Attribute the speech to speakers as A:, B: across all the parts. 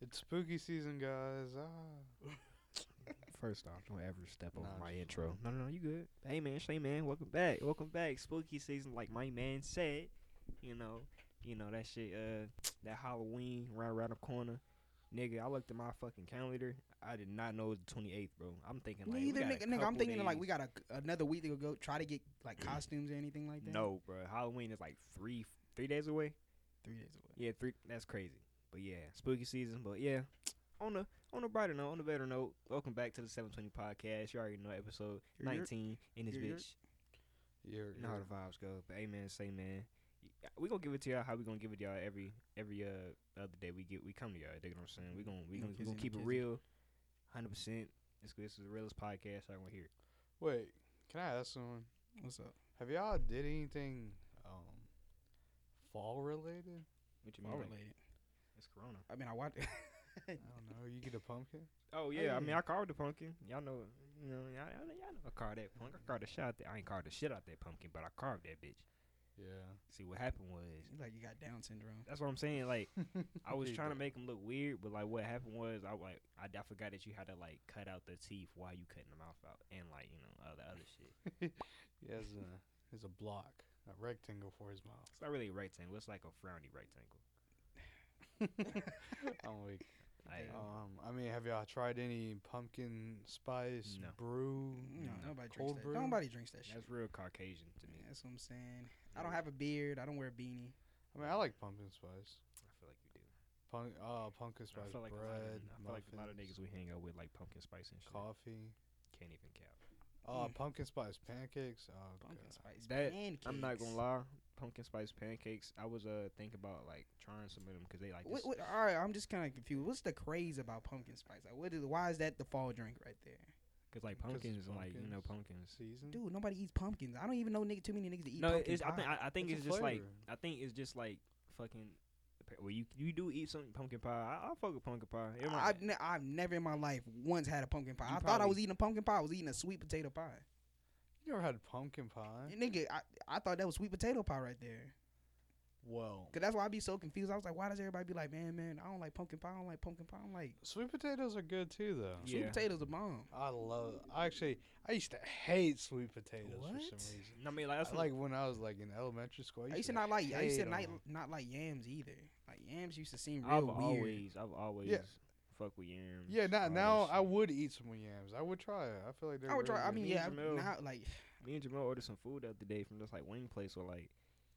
A: It's spooky season, guys. Ah.
B: First off, don't ever step over
A: Nah,
B: my
A: just-
B: intro. No, no, no, you good. Hey, man, Shay, man, welcome back. Welcome back. Spooky season, like my man said. You know, you know that shit. Uh, that Halloween right around the corner, nigga. I looked at my fucking calendar. I did not know it was the twenty eighth, bro. I'm thinking like,
C: Neither,
B: we got a
C: nigga. nigga I'm
B: couple
C: thinking like
B: days. Mm-hmm.
C: we got a, another week to go try to get like costumes or anything like that.
B: No, bro. Halloween is like three, three days away.
C: three days away.
B: Yeah, three. That's crazy. But yeah, spooky season. But yeah, on a on a brighter note, on a better note, welcome back to the 720 podcast. You already know episode
C: You're- you're-
B: 19 in this
C: you're- you're-
B: bitch.
A: You're,
B: You know how the vibes go. But amen, say man. We gonna give it to y'all how we gonna give it to y'all every every uh other day we get we come to y'all. Dig what I'm saying? We gonna we
C: No
B: gonna, we
C: kissing,
B: gonna
C: no
B: keep it
C: kissing.
B: real, hundred percent. This this is the realest podcast I want to hear.
A: wait, can I ask someone?
C: What's up?
A: Have y'all did anything um fall related?
B: What you
C: Fall
B: mean? like,
C: related.
B: it's Corona.
C: I mean, I watched.
A: I don't know. You get a pumpkin?
B: Oh yeah, I mean
C: yeah.
B: I carved the pumpkin. Y'all know, you know, y'all, y'all, y'all know I carved that pumpkin. I carved the shit out that I ain't carved the shit out that pumpkin, but I carved that bitch.
A: Yeah.
B: See what happened was
C: like you got Down syndrome.
B: that's what I'm saying. Like I was
A: Dude,
B: trying to
A: but-
B: make him look weird, but like what happened was I like I, I forgot that you had to like cut out the teeth while you cutting the mouth out and like you know all the other shit.
A: He has a has a block, a rectangle for his mouth.
B: It's not really a rectangle. It's like a frowny rectangle.
A: I'm weak.
B: Like,
C: Yeah.
A: Um, I mean, have y'all tried any pumpkin spice
B: No.
A: brew?
C: No,
B: Mm,
C: nobody drinks
A: cold
C: that.
A: brew?
C: Nobody drinks that shit.
B: that's real Caucasian to me.
C: Oh, Yeah, that's what I'm saying. I don't have a beard. I don't wear a beanie.
A: I mean, I like pumpkin spice.
B: I feel like you do.
A: Punk, uh, pumpkin spice
B: I feel like a lot of,
A: bread.
B: I feel like a lot of
A: muffins,
B: niggas we hang out with like pumpkin spice and shit.
A: Coffee.
B: Can't even count.
A: Uh,
C: Mm.
A: pumpkin spice pancakes. Oh,
C: Pumpkin
A: God.
C: spice
B: That-
C: pancakes.
B: I'm not gonna lie, pumpkin spice pancakes. I was uh thinking about like trying some of them because they like
C: What,
B: this-
C: what, all right, I'm just kind of confused. What's the craze about pumpkin spice? Like, what is? Why is that the fall drink right there?
B: Cause like
A: 'Cause it's
B: pumpkins and like you know pumpkins.
A: season.
C: Dude, nobody eats pumpkins. I don't even know nigga too many niggas that eat
B: No,
C: pumpkin
B: it's, I think
C: pie.
B: I, I think
A: It's
B: it's,
A: a
B: just like
A: flavor.
B: I think it's just like fucking. Well, you you do eat some pumpkin pie. I, I fuck with pumpkin pie. It
C: I,
B: might-
C: have ne- I've never in my life once had a pumpkin pie.
B: You
C: I thought I
B: probably-
C: was eating a pumpkin pie. I was eating a sweet potato pie.
A: You never had pumpkin pie?
C: And nigga, I, I thought that was sweet potato pie right there.
A: Well,
C: Cause that's why I be so confused. I was like, why does everybody be like, man, man, I don't like pumpkin pie. I don't like pumpkin pie. I'm like,
A: sweet potatoes are good too, though.
B: Yeah.
C: sweet potatoes a bomb.
A: I love. I actually, I used to hate sweet potatoes for
C: What?
A: some reason.
B: I mean, like that's
A: I-
B: like
A: like when I was like in elementary school.
C: I used to not like. I used to
A: hate
C: not
A: 'em.
C: not like yams either. Like yams used to seem real
B: I've
C: weird.
B: always I've always fuck with yams.
A: Yeah, now
B: all that
A: now I
B: shit.
A: would eat some more yams. I would try it. I feel like they're
C: I would
A: really
C: try. I
A: good.
C: mean,
B: These
C: yeah,
B: are milk.
C: now like
B: Me and Jamal ordered some food the other day from this like wing place or like,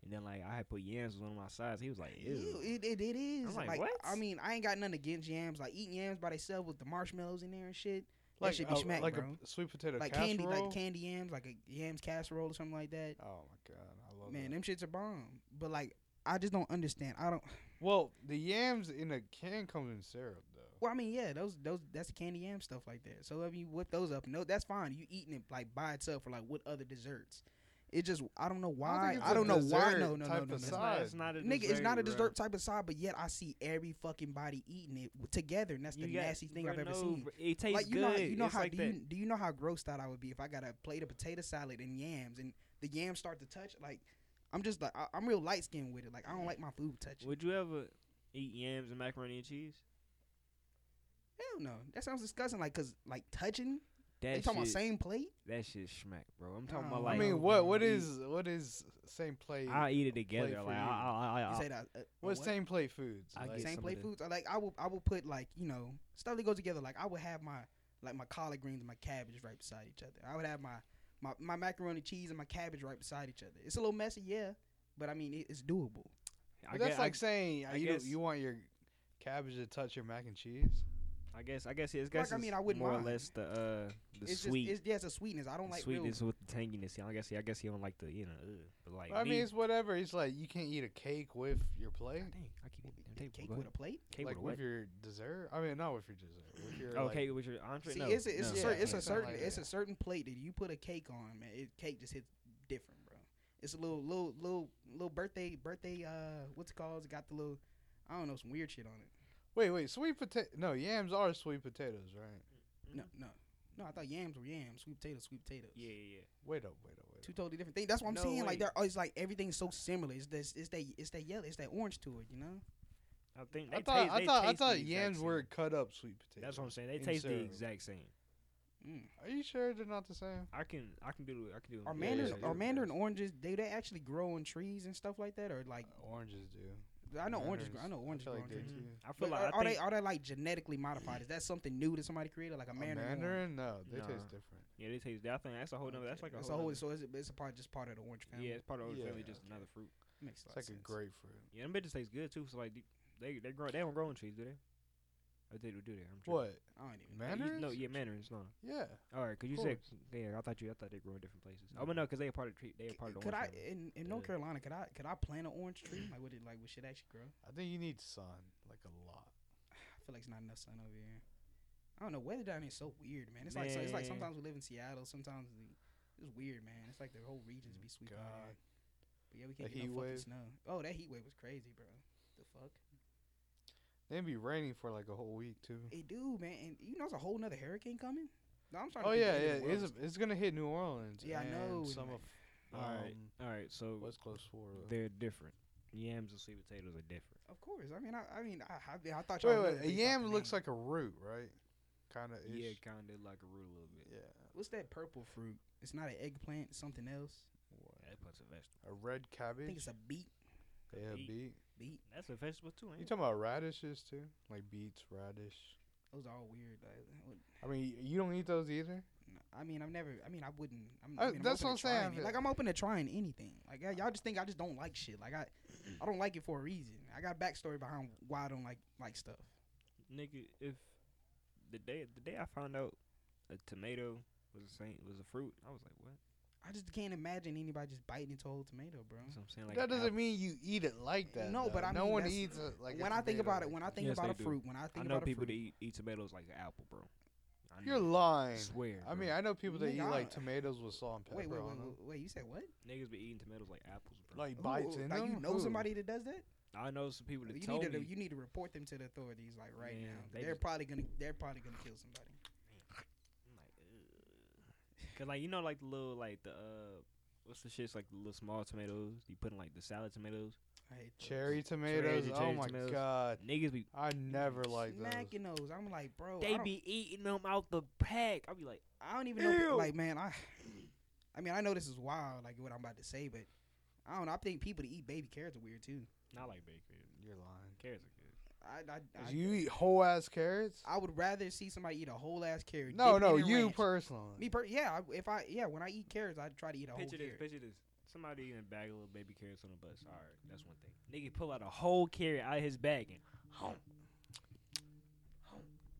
B: and then like I had put yams on one of my sides. He was like,
C: ew,
B: ew.
C: it, it, it is.
B: like,
C: like,
B: what?
C: I mean, I ain't got nothing against yams. Like eating yams by themselves with the marshmallows in there and shit.
A: like,
C: should be
A: a-
C: smack,
A: like
C: bro.
A: a sweet potato
C: like
A: casserole.
C: candy, like candy yams, like a yams casserole or something like that.
A: oh my god, I love That.
C: Man, them shits are bomb. But like, I just don't understand. I don't.
A: Well, the yams in a can comes in syrup though.
C: Well, I mean, yeah, those those that's the candy yam stuff like that. So if you whip those up, no, that's fine. You eating it like by itself or like with other desserts. It just I don't know why.
A: think it's
C: I
A: a
C: don't know why.
A: dessert
C: No, no,
A: type
C: no, no.
A: of
C: no.
B: It's not, it's
A: side.
B: not a
C: Nigga, it's not a
B: bruh.
C: dessert type of side, but yet I see every fucking body eating it w- together, and that's the
B: You got-
C: nasty thing I've
B: bruh,
C: ever
B: no,
C: seen.
B: bruh, It tastes
C: Like you
B: good.
C: know, how- you know
B: It's
C: how
B: like
C: do
B: that.
C: you do you know how grossed out I would be if I got a plate of potato salad and yams, and the yams start to touch. Like I'm just like I, I'm real light skinned with it. Like I don't like my food touching.
B: Would you ever eat yams and macaroni and cheese?
C: Hell no, that sounds disgusting. Like cause like touching.
B: That
C: You talking about
B: shit-
C: same plate?
B: That shit smack, bro. I'm talking about
C: Oh,
B: like.
A: I
C: no,
A: mean, what what
B: you-
A: is what is same plate?
B: I eat it together.
A: for
B: Like I,
A: you.
B: I, I,
C: You
B: I,
C: say that. uh,
A: What's
C: what?
A: same plate foods?
B: I
A: Like,
B: get
C: same
B: some
C: plate
B: of the-
C: foods. I Like I will, I will put like you know stuff that goes together. Like I would have my like my collard greens and my cabbage right beside each other. I would have my my, my macaroni cheese and my cabbage right beside each other. It's a little messy, yeah, but I mean it, it's doable.
B: I,
A: But
B: guess,
A: that's like saying
B: I
A: uh, you, don't-
B: guess-
A: you want your cabbage to touch your mac and cheese.
B: I, I guess. I guess. It's guess
C: I
B: it's
C: mean, I wouldn't
B: more
C: mind.
B: or less the uh the
C: it's
B: sweet,
C: just it's yeah, it's a sweetness. I don't
B: the
C: like real.
B: sweetness with the tanginess. I guess. I guess he don't like the you know. Ugh. But like.
A: I mean,
B: me-
A: it's whatever. It's like you can't eat a cake with your plate,
B: dang, I keep eating them
C: Cake
B: table,
C: with a
B: but-
C: plate.
B: cake
A: like
B: with
A: with
B: a
A: your dessert. I mean, not with your dessert. With your
B: what?
A: like,
B: Okay, with your entree.
C: See,
B: no,
C: it's a, it's,
B: no,
C: a
A: Yeah,
C: cer-
B: I
C: it's a
A: something
B: can't.
C: certain
A: like
C: it's
A: that.
C: a certain plate that you put a cake on, man. It cake just hits different, bro. It's a little little little little birthday birthday uh what's it called? It's got the little I don't know some weird shit on it.
A: Wait, wait, sweet potato. No, yams are sweet potatoes, right? Mm-hmm.
C: No, no, no. I thought yams were yams, sweet potatoes, sweet potatoes.
B: Yeah, yeah,
A: Wait up, wait up, wait
C: Two
A: up.
C: totally different things. That's what I'm
B: No
C: saying. oh,
B: way.
C: Like they're always like everything's so similar. It's this, it's that, it's that yellow, it's that orange to it. You know,
B: I think they
A: I thought
B: taste,
A: I
B: they
A: thought I
B: taste the
A: thought
B: exact
A: yams
B: same.
A: were cut up sweet potatoes.
B: That's what I'm saying. They
A: in
B: taste the
A: syrup.
B: exact same.
C: Mm.
A: Are you sure they're not the same?
B: I can I can do I can do.
C: Are
A: Yeah,
C: mandarin
A: yeah,
C: are
A: yeah.
C: mandarin oranges do they actually grow on trees and stuff like that or like
A: Oranges do.
C: I know oranges grow- I
A: mandarins,
C: know
A: I feel
C: oranges grow
A: like
C: on
A: they
C: trees.
A: do.
B: Mhm. I feel
C: But
B: like
C: are,
B: I
C: are
B: think,
C: they are they like genetically modified? Is that something new that somebody created, like a
A: A
C: mandarin? orange?
A: mandarin? No, they
B: Nah.
A: taste different.
B: yeah they taste. that. I think that's a whole nother. Oh, That's
A: Okay.
B: like a
C: It's a
B: whole.
C: whole.
B: nother-
C: So it's, it's a part just part of the orange family.
B: yeah, it's part of the
A: Yeah,
B: family, just
A: okay.
B: another fruit.
C: makes
A: It's
C: a lot of
A: like a
C: sense.
A: grapefruit.
B: Yeah, them bitches taste good too. So like they they grow they don't grow on trees, do they? Or they do do they? I'm tripping.
A: What
C: I don't even.
B: They use-
A: mandarins?
B: No, yeah, mandarins. No.
A: Yeah.
B: All right, cause you said yeah. I thought you I thought they grow in different places. Oh, but no, cause they are part of tree. They are part of the
C: Could I
B: orange family.
C: in, in North
B: Yeah.
C: Carolina? Could I could I plant an orange tree? Like would it like would shit actually grow?
A: I think you need sun, like a lot.
C: I feel like it's not enough sun over here. I don't know. Weather down here is so weird, man. It's like so, it's like
B: Man.
C: sometimes we live in Seattle, sometimes we, it's weird, man. It's like the whole region's be sweeping. out
A: God.
C: here. But yeah, we
A: That
C: can't get
A: heat
C: no fucking
A: wave.
C: snow. Oh, that heat wave was crazy, bro. The fuck?
A: They'd be raining for like a whole week too.
C: It do, man. And you know, it's a whole nother hurricane coming. No, I'm trying.
A: Oh
C: to think
A: yeah,
C: of the end
A: yeah.
C: of the
A: It's
C: world.
A: it's gonna hit New Orleans.
C: Yeah, I
A: and
C: know, and
A: Some
C: like-
A: of
B: All right,
A: um,
B: all right. So
A: West Coast Florida.
B: they're different. Yams and sweet potatoes are different.
C: of course. I mean, I, I mean, I, I, I thought. y'all
A: Wait,
C: knew
A: wait.
C: it
A: A
C: based off
A: yam
C: the
A: looks
C: name.
A: like a root, right? Kind of.
B: Yeah,
A: Yeah.
B: kind of like a root a little bit.
A: Yeah.
C: What's that purple fruit? It's not an eggplant. It's something else.
B: That puts a vegetable.
A: A red
C: I think
A: cabbage.
C: it's a beet.
A: Yeah,
B: beet.
A: beet.
C: Beet.
B: That's a vegetable too.
A: You
B: Ain't
A: talking about radishes too? Like beets, radish.
C: Those are all weird. Like,
A: I
C: I would-
A: mean, y- you don't eat those either.
C: no, I mean, I've never. I mean, I wouldn't. I'm,
A: Uh,
C: I mean,
A: that's what
C: I'm open
A: I'm
C: to trying
A: saying.
C: it. Like, I'm open to trying anything. Like, y- y'all just think I just don't like shit. Like, I, I don't like it for a reason. I got backstory behind why I don't like like stuff.
B: it? nigga, if the day the day I found out a tomato was a saint was a fruit, I was like, what?
C: I just can't imagine anybody just biting into a whole tomato, bro.
B: That's what I'm saying. Like
A: that
B: an
A: doesn't
B: apple.
A: mean you eat it like that.
C: No, but
A: though.
C: I
A: no
C: mean,
A: one
C: that's-
A: eats it like. a
C: when I think
A: tomato
C: about it,
A: like
C: when I
A: that.
C: think
B: Yes,
C: about
B: they
C: a
B: do.
C: fruit, when I think
B: I know
C: about
B: people
C: a
B: that
C: fruit,
B: eat, eat tomatoes like an apple, bro. I
A: you're
B: know.
A: lying.
B: swear.
A: I mean,
B: bro.
A: I know people that eat
C: Nigga, I-
A: like tomatoes with salt and pepper
C: wait, wait, wait,
A: on them.
C: wait, wait, you said what?
B: niggas be eating tomatoes like apples, bro.
A: Like
C: Who-
A: bites
C: who-
A: in
C: like
A: them.
C: you know
A: Who?
C: somebody that does that?
B: I know some people that
C: You
B: told
C: need to
B: me.
C: you need to report them to the authorities like right
B: Yeah,
C: now.
B: they
C: They are
B: just-
C: probably gonna they're probably gonna kill somebody.
B: I'm like, ugh. Cause like you know like the little like the uh what's the shits like the little small tomatoes you put in like the salad tomatoes.
C: I hate those.
A: Cherry tomatoes.
B: cherry
A: oh my
B: tomatoes.
A: god,
B: Niggas be
A: I never liked those.
C: Smacking those. I'm like, bro, Oh, I
B: they
C: don't,
B: be eating them out the pack. I be like,
C: I don't even know. pe-
B: Ew.
C: Like, man, I, I mean, I know this is wild, like what I'm about to say, but I don't know. I think people that eat baby carrots are weird too.
B: not like baked carrots.
A: You're lying.
B: Carrots are good.
C: I, I, I,
A: 'Cause you eat whole ass carrots?
C: I would rather see somebody eat a whole ass carrot.
A: no,
C: dip it
A: no,
C: in
A: you
C: ranch.
A: personally.
C: Me, per- yeah. I- If I, yeah, when I eat carrots, I try to eat
B: Picture
C: a whole
B: this.
C: carrot.
B: Picture this. Somebody eating a bag of little baby carrots on the bus. All right, that's one thing. Nigga pull out a whole carrot out of his bag and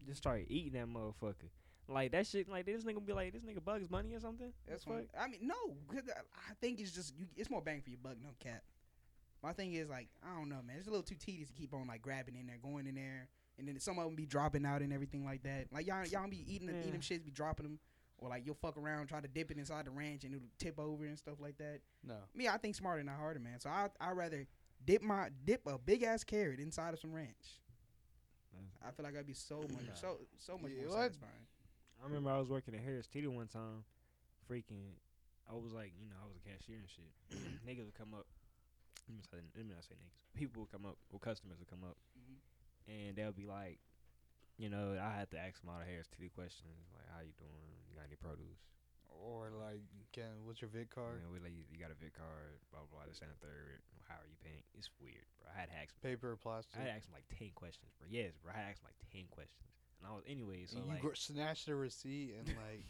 B: just start eating that motherfucker. Like that shit. Like this nigga be like, this nigga Bugs Bunny or something.
C: That's
B: The fuck?
C: what I mean. No, 'cause I I think it's just you, it's more bang for your buck, no cap. My thing is like I don't know, man. It's a little too tedious to keep on like grabbing in there, going in there, and then some of them be dropping out and everything like that. Like y'all y'all be eating the, eat
B: Yeah.
C: them shits, be dropping them, or like you'll fuck around, try to dip it inside the ranch and it'll tip over and stuff like that.
A: No.
C: Me, I think smarter not harder, man. So I I rather dip my dip a big ass carrot inside of some ranch.
B: Mm.
C: I feel like I'd be so much
B: Nah.
C: so so much
A: Yeah,
C: more
A: what?
C: satisfying.
B: I remember I was working at Harris Teeter one time. Freaking, I was like, you know, I was a cashier and shit. niggas would come up. Let me, say, let me not say niggas. People would come up, or customers would come up,
C: Mhm.
B: and they'll be like, you know, I had to ask them all the Harris Teeter questions, like, how you doing? You got any produce?
A: Or like, can what's your vid
B: You
A: card?
B: know, we like, you, you got a Vic card, blah blah blah. This and the third. How are you paying? It's weird, bro. I had to ask. 'em-
A: Paper or plastic?
B: I had to ask them like ten questions, bro. Yes, bro. I had to ask 'em, like ten questions, and I was anyway. So
A: and you
B: like,
A: gr- snatch the receipt and like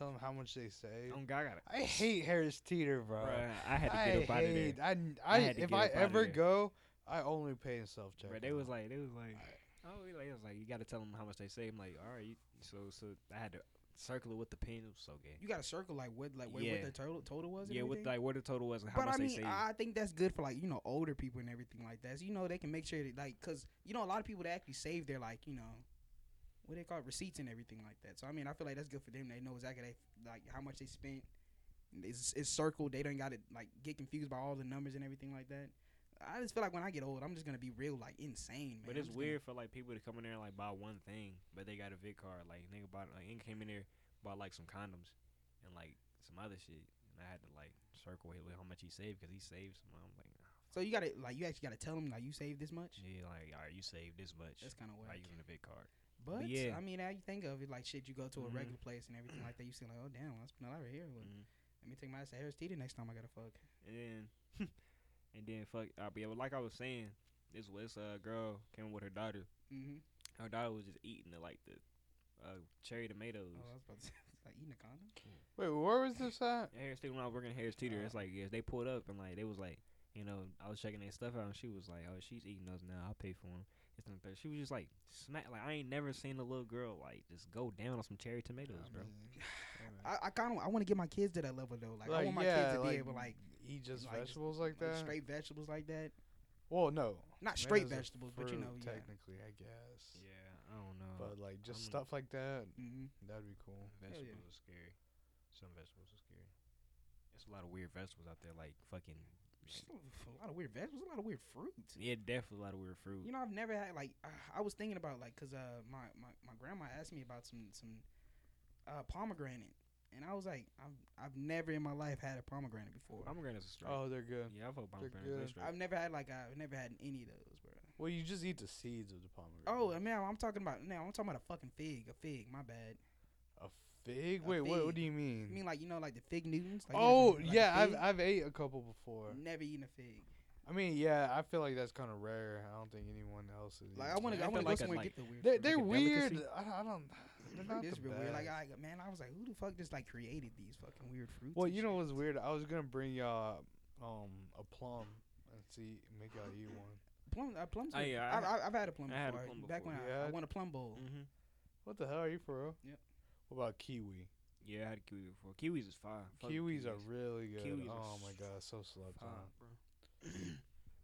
A: tell them how much they saved.
B: oh God, I got
A: I hate Harris Teeter, bro.
B: I had to get up out of there.
A: hate- I, n-
B: I
A: I-
B: had to
A: if
B: get
A: I
B: up outta
A: ever
B: there.
A: go, I only pay in self check.
B: Bro, they was like, they was like, oh, we like, it was like, you got to tell them how much they save. I'm like, all right, you, so so I had to circle it with the pen. It was so gay.
C: You got to circle like what like what,
B: Yeah.
C: what the total total was. and
B: Yeah, with
C: everything?
B: like what the total was and how
C: But
B: much
C: I
B: they
C: mean,
B: saved.
C: I I think that's good for like you know older people and everything like that. So, you know, they can make sure that like because you know a lot of people that actually save their like you know what they call it, receipts and everything like that. So I mean, I feel like that's good for them. They know exactly they, like how much they spent. It's, it's circled. They don't got to like get confused by all the numbers and everything like that. I just feel like when I get old, I'm just gonna be real like insane. Man.
B: but it's
C: I'm just gonna-
B: weird for like people to come in there and like buy one thing, but they got a Vic card. Like nigga bought like and came in there bought like some condoms and like some other shit, and I had to like circle it with how much he saved because he saved some. I'm like, ah,
C: So you gotta like you actually gotta tell them like you saved this much.
B: Yeah, like, all right, you saved this much.
C: That's kind of
B: Are
C: weird.
B: you using a big card?
C: But,
B: yeah.
C: I mean, now you think of it like shit. You go to a
B: Mhm.
C: regular place and everything like that. You see like, oh damn, I spent a lot right here. Well,
B: Mhm.
C: Let me take my ass to Harris Teeter next time I gotta fuck.
B: And then, and then fuck. I be like I was saying, this this uh girl came with her daughter.
C: Mm-hmm.
B: Her daughter was just eating the, like the uh, cherry tomatoes.
C: Oh, I was about to say, like eating a condom.
A: Wait, where was this at?
B: Harris Teeter, when I was working at Harris Teeter,
A: Uh.
B: it's like yes, they pulled up and like they was like, you know, I was checking their stuff out and she was like, oh, she's eating those now. I'll pay for them. It's not that. She was just like smack. Like I ain't never seen a little girl like just go down on some cherry tomatoes,
A: I
B: bro.
A: mean,
C: I, I kind of I want to get my kids to that level though. Like, I
A: like,
C: want my
A: yeah,
C: kids to
A: like,
C: be able like,
A: eat just
C: like, just,
A: vegetables like
C: like
A: that.
C: straight vegetables like that.
A: well, no,
C: Not straight
A: tomatoes are
C: vegetables, but you
A: fruit,
C: know, yeah.
A: technically, I guess.
B: Yeah, I don't know.
A: But like just
B: I'm-
A: stuff like that,
C: Mm-hmm.
A: that'd be cool.
B: Vegetables
C: yeah.
B: are scary. Some vegetables are scary. It's a lot of weird vegetables out there, like fucking.
C: A lot of weird vegetables, a lot of weird fruits.
B: Yeah, definitely a lot of weird fruit.
C: You know, I've never had like uh, I was thinking about like because uh my, my my grandma asked me about some some uh pomegranate, and I was like I've I've never in my life had a pomegranate before.
B: pomegranate is straight.
A: Oh, they're good.
B: yeah, I've had
A: good.
B: pomegranate.
C: I've never had like I've never had any of those, bro.
A: Well, you just eat the seeds of the pomegranate.
C: Oh, I mean, I'm talking about now. I'm talking about a fucking fig, a fig. My bad.
A: a fig?
C: a
A: Wait, what? What
C: fig.
A: do you mean?
C: You mean like you know like the fig Newtons? Like, you know,
A: Mm-hmm. oh,
C: like a
A: yeah, I've
C: fig? Mm.
A: I've ate a couple before.
C: never eaten a fig.
A: I mean, yeah, I feel like that's kind of rare. I don't think anyone else is.
C: Like I want to
B: Yeah,
C: I
B: I
C: want to
B: feel
C: go
B: like a-
C: somewhere
B: like-
C: and get the weird.
A: They're,
C: fruit.
A: they're
B: a
A: weird.
B: delicacy.
A: I don't. I don't they're
C: Fruit
A: not
C: is
A: the
C: real weird. Like
A: best.
C: I man, I was like, who the fuck just like created these fucking weird fruits?
A: Well,
C: and
A: you know
C: shit?
A: what's weird? I was gonna bring y'all um a plum and see make y'all eat one.
C: Plum, uh, plums.
B: Oh,
C: are-
B: yeah, I
C: I've, I've, I've had a plum
B: I
C: before.
B: had a plum
C: Back
B: before.
C: when I, I
A: Yeah.
C: won a plum bowl.
B: Mm-hmm.
A: What the hell are you for? Real?
C: Yep.
A: What about kiwi?
B: Yeah, I had a kiwi before. Kiwis is fire. Fuck
A: Kiwis are really good.
B: Kiwis are
A: oh
B: s-
A: my god, so slept
B: fire,
A: on.
B: bro.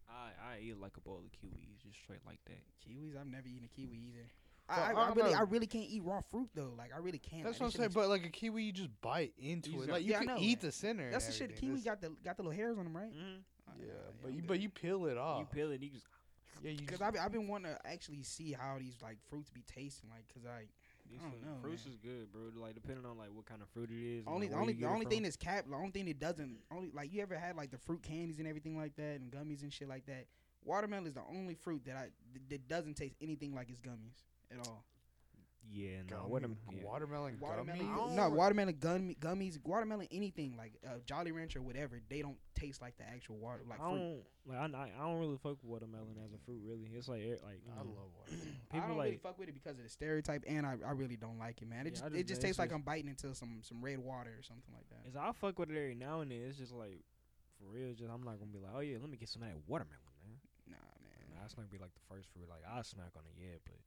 B: I I eat like a bowl of kiwis, just straight like that.
C: Kiwis, I've never eaten a kiwi
A: Mm-hmm.
C: either.
A: So,
C: I, I,
A: I
C: I really,
A: don't
C: I
A: know.
C: really can't eat raw fruit though. Like I really can't.
A: That's what I'm
C: like, that
A: saying.
C: shit
A: But like a kiwi, you just bite into
B: These
A: it.
B: are-
A: Like you
C: Yeah, I
A: can
C: know,
A: eat
C: right?
A: the center.
C: makes- That's the
A: and
C: shit. The kiwi
A: everything.
C: got the got the little hairs on them, right?
B: Mm-hmm.
C: Uh,
A: That's- Yeah, but you but you peel it off.
B: You peel it, you just
A: yeah, you
C: Because
A: just,
C: I've, I've been wanting to actually see how these like fruits be tasting like. Cause I
B: these
C: don't
B: fruit-
C: know,
B: fruits
C: man.
B: is good, bro. Like depending on like what kind of fruit it is. and,
C: only
B: like,
C: the
B: where
C: only
B: you
C: the
B: get it
C: only thing
B: from.
C: that's cap, the only thing that doesn't only like you ever had like the fruit candies and everything like that and gummies and shit like that. Watermelon is the only fruit that I th- that doesn't taste anything like its gummies at all.
B: yeah, no,
A: gummy,
B: what am yeah.
A: watermelon
C: watermelon,
A: gummy.
B: I
C: no
B: don't-
C: watermelon gum, gummies, watermelon anything like uh, Jolly Rancher or whatever. They don't taste like the actual water, like
B: I
C: fruit.
B: don't like I, I I don't really fuck with watermelon as a fruit really. It's like eh, like you
A: I
B: know,
A: love watermelon.
C: I
B: people
C: don't
B: like
C: really fuck with it because of the stereotype, and I, I really don't like it, man. It
B: Yeah,
C: just,
B: I
C: it
B: just-
C: just
B: man,
C: tastes
B: it's
C: like
B: just-
C: I'm biting into some some red water or something like that.
B: Is I fuck with it every now and then. It's just like, for real, just I'm not gonna be like, oh yeah, let me get some of that watermelon, man.
C: Nah,
B: And
C: man.
B: that's not be like the first fruit. Like I snack on it, yeah, but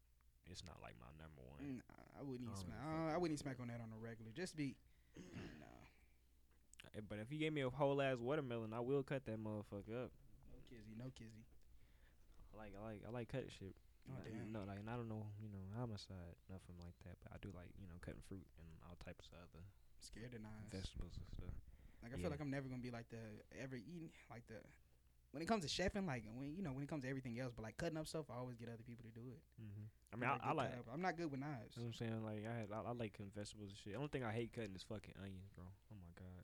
B: it's not like my number one.
C: Nah, Mm, I wouldn't
B: I
C: eat
B: don't really fuck
C: smack. I, I
B: with
C: wouldn't eat
B: it.
C: smack on that on a regular. Just be. nah.
B: Eh, But if you gave me a whole ass watermelon, I will cut that motherfucker up.
C: No kizzy, no kizzy.
B: I like I like I like cutting shit.
C: Oh,
B: Like,
C: damn.
B: No, like and I don't know, you know, homicide, nothing like that. But I do like you know cutting fruit and all types of other
C: Scared of knives.
B: vegetables and stuff.
C: Like I feel
B: Yeah.
C: like I'm never gonna be like the ever eating like the. When it comes to chefing, like when you know, when it comes to everything else, but like cutting up stuff, I always get other people to do it.
B: Mm-hmm. I
C: I'm
B: mean,
C: not
B: I, I
C: good
B: like.
C: cut up. I'm not good with knives.
B: You know what I'm saying? Like I had, I, I like cutting vegetables and shit. The only thing I hate cutting is fucking onions, bro. Oh my god.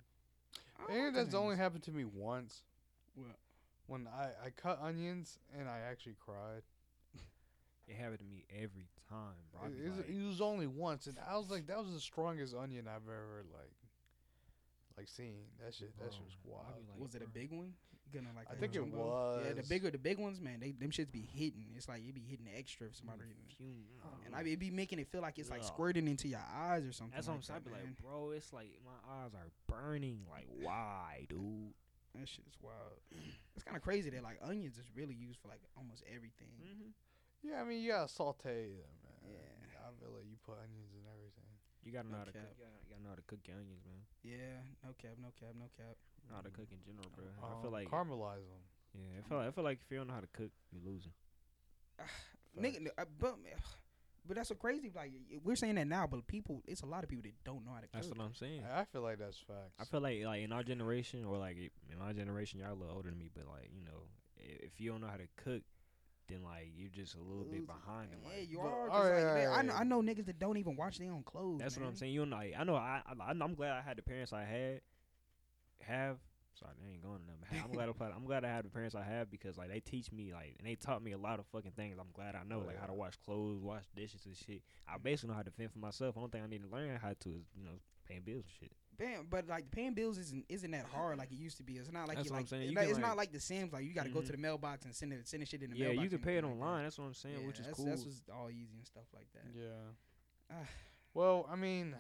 C: I don't like
A: And that's
C: the
A: only
C: names.
A: happened to me once
C: What?
A: when I I cut onions and I actually cried.
B: It happened to me every time, bro. I
A: It,
B: be
A: it was-
B: like-
A: it was only once, and I was like, that was the strongest onion I've ever like like seen. That shit, that shit was
B: Bro,
A: wild.
B: I be like,
C: was it a
B: bro.
C: big one? You gonna like
A: I
C: that
A: think it
C: jumbo? Yeah, the
A: was.
C: bigger the big ones, man, they them shits be hitting. It's like it be hitting extra if
B: Mm.
C: somebody eating it.
B: Fume.
C: And I be, it be making it feel like it's like
B: Ugh.
C: squirting into your eyes or something.
B: that's what
C: like
B: I'm saying. I
C: that,
B: be
C: man.
B: like, bro, it's like my eyes are burning. Like, why, dude?
C: That shit is wild. It's kind of crazy that like onions is really used for like almost everything.
A: Mm. Yeah, I mean, you gotta saute them, man.
C: Yeah.
A: I feel like you put onions in everything.
B: You gotta know how
C: No
B: to cook.
C: cap.
B: You gotta, you gotta know how to cook your onions, man.
C: Yeah, no cap, no cap, no cap.
B: Know how to cook in general, bro. I
A: Um,
B: feel like,
A: caramelize them.
B: yeah, I feel like, I feel like if you don't know how to cook, you're losing.
C: Nigga, uh, but but that's so crazy. Like we're saying that now, but people, it's a lot of people that don't know how to cook.
B: That's what I'm saying.
A: I I feel like that's facts.
B: I feel like, like in our generation, or like in my generation, y'all a little older than me, but like, you know, i- if you don't know how to cook, then like you're just a little bit
C: Losing,
B: behind. in
C: man.
B: life.
C: Yeah, you
A: But-
C: are. 'cause,
A: all right,
C: like, man,
A: all
C: I, know,
A: right.
C: I know niggas that don't even watch their own clothes.
B: That's what
C: man.
B: I'm saying. You know, like, I know I, I I'm glad I had the parents I had have So I ain't going to them. I'm glad I, I'm glad I have the parents I have because like they teach me like and they taught me a lot of fucking things. I'm glad I know
A: Oh,
B: like how to
A: yeah.
B: wash clothes, wash dishes and shit. I basically know how to fend for myself. Only thing I need to learn how to is you know paying bills and shit.
C: Bam, but like paying bills isn't isn't that hard like it used to be. It's not like
B: That's
C: you
B: what I'm
C: like
B: saying.
C: it's,
B: You
C: not,
B: can,
C: it's not
B: like-
C: like the Sims. Like you got to go
B: Mhm.
C: to the mailbox and send it, send the shit in the
B: Yeah,
C: mailbox.
B: you can
C: and
B: pay it
C: everything like that.
B: online. That's what I'm saying,
C: Yeah,
B: which is
C: that's,
B: cool.
C: That's what's all easy and stuff like that.
A: Yeah.
C: Ah.
A: well, I mean,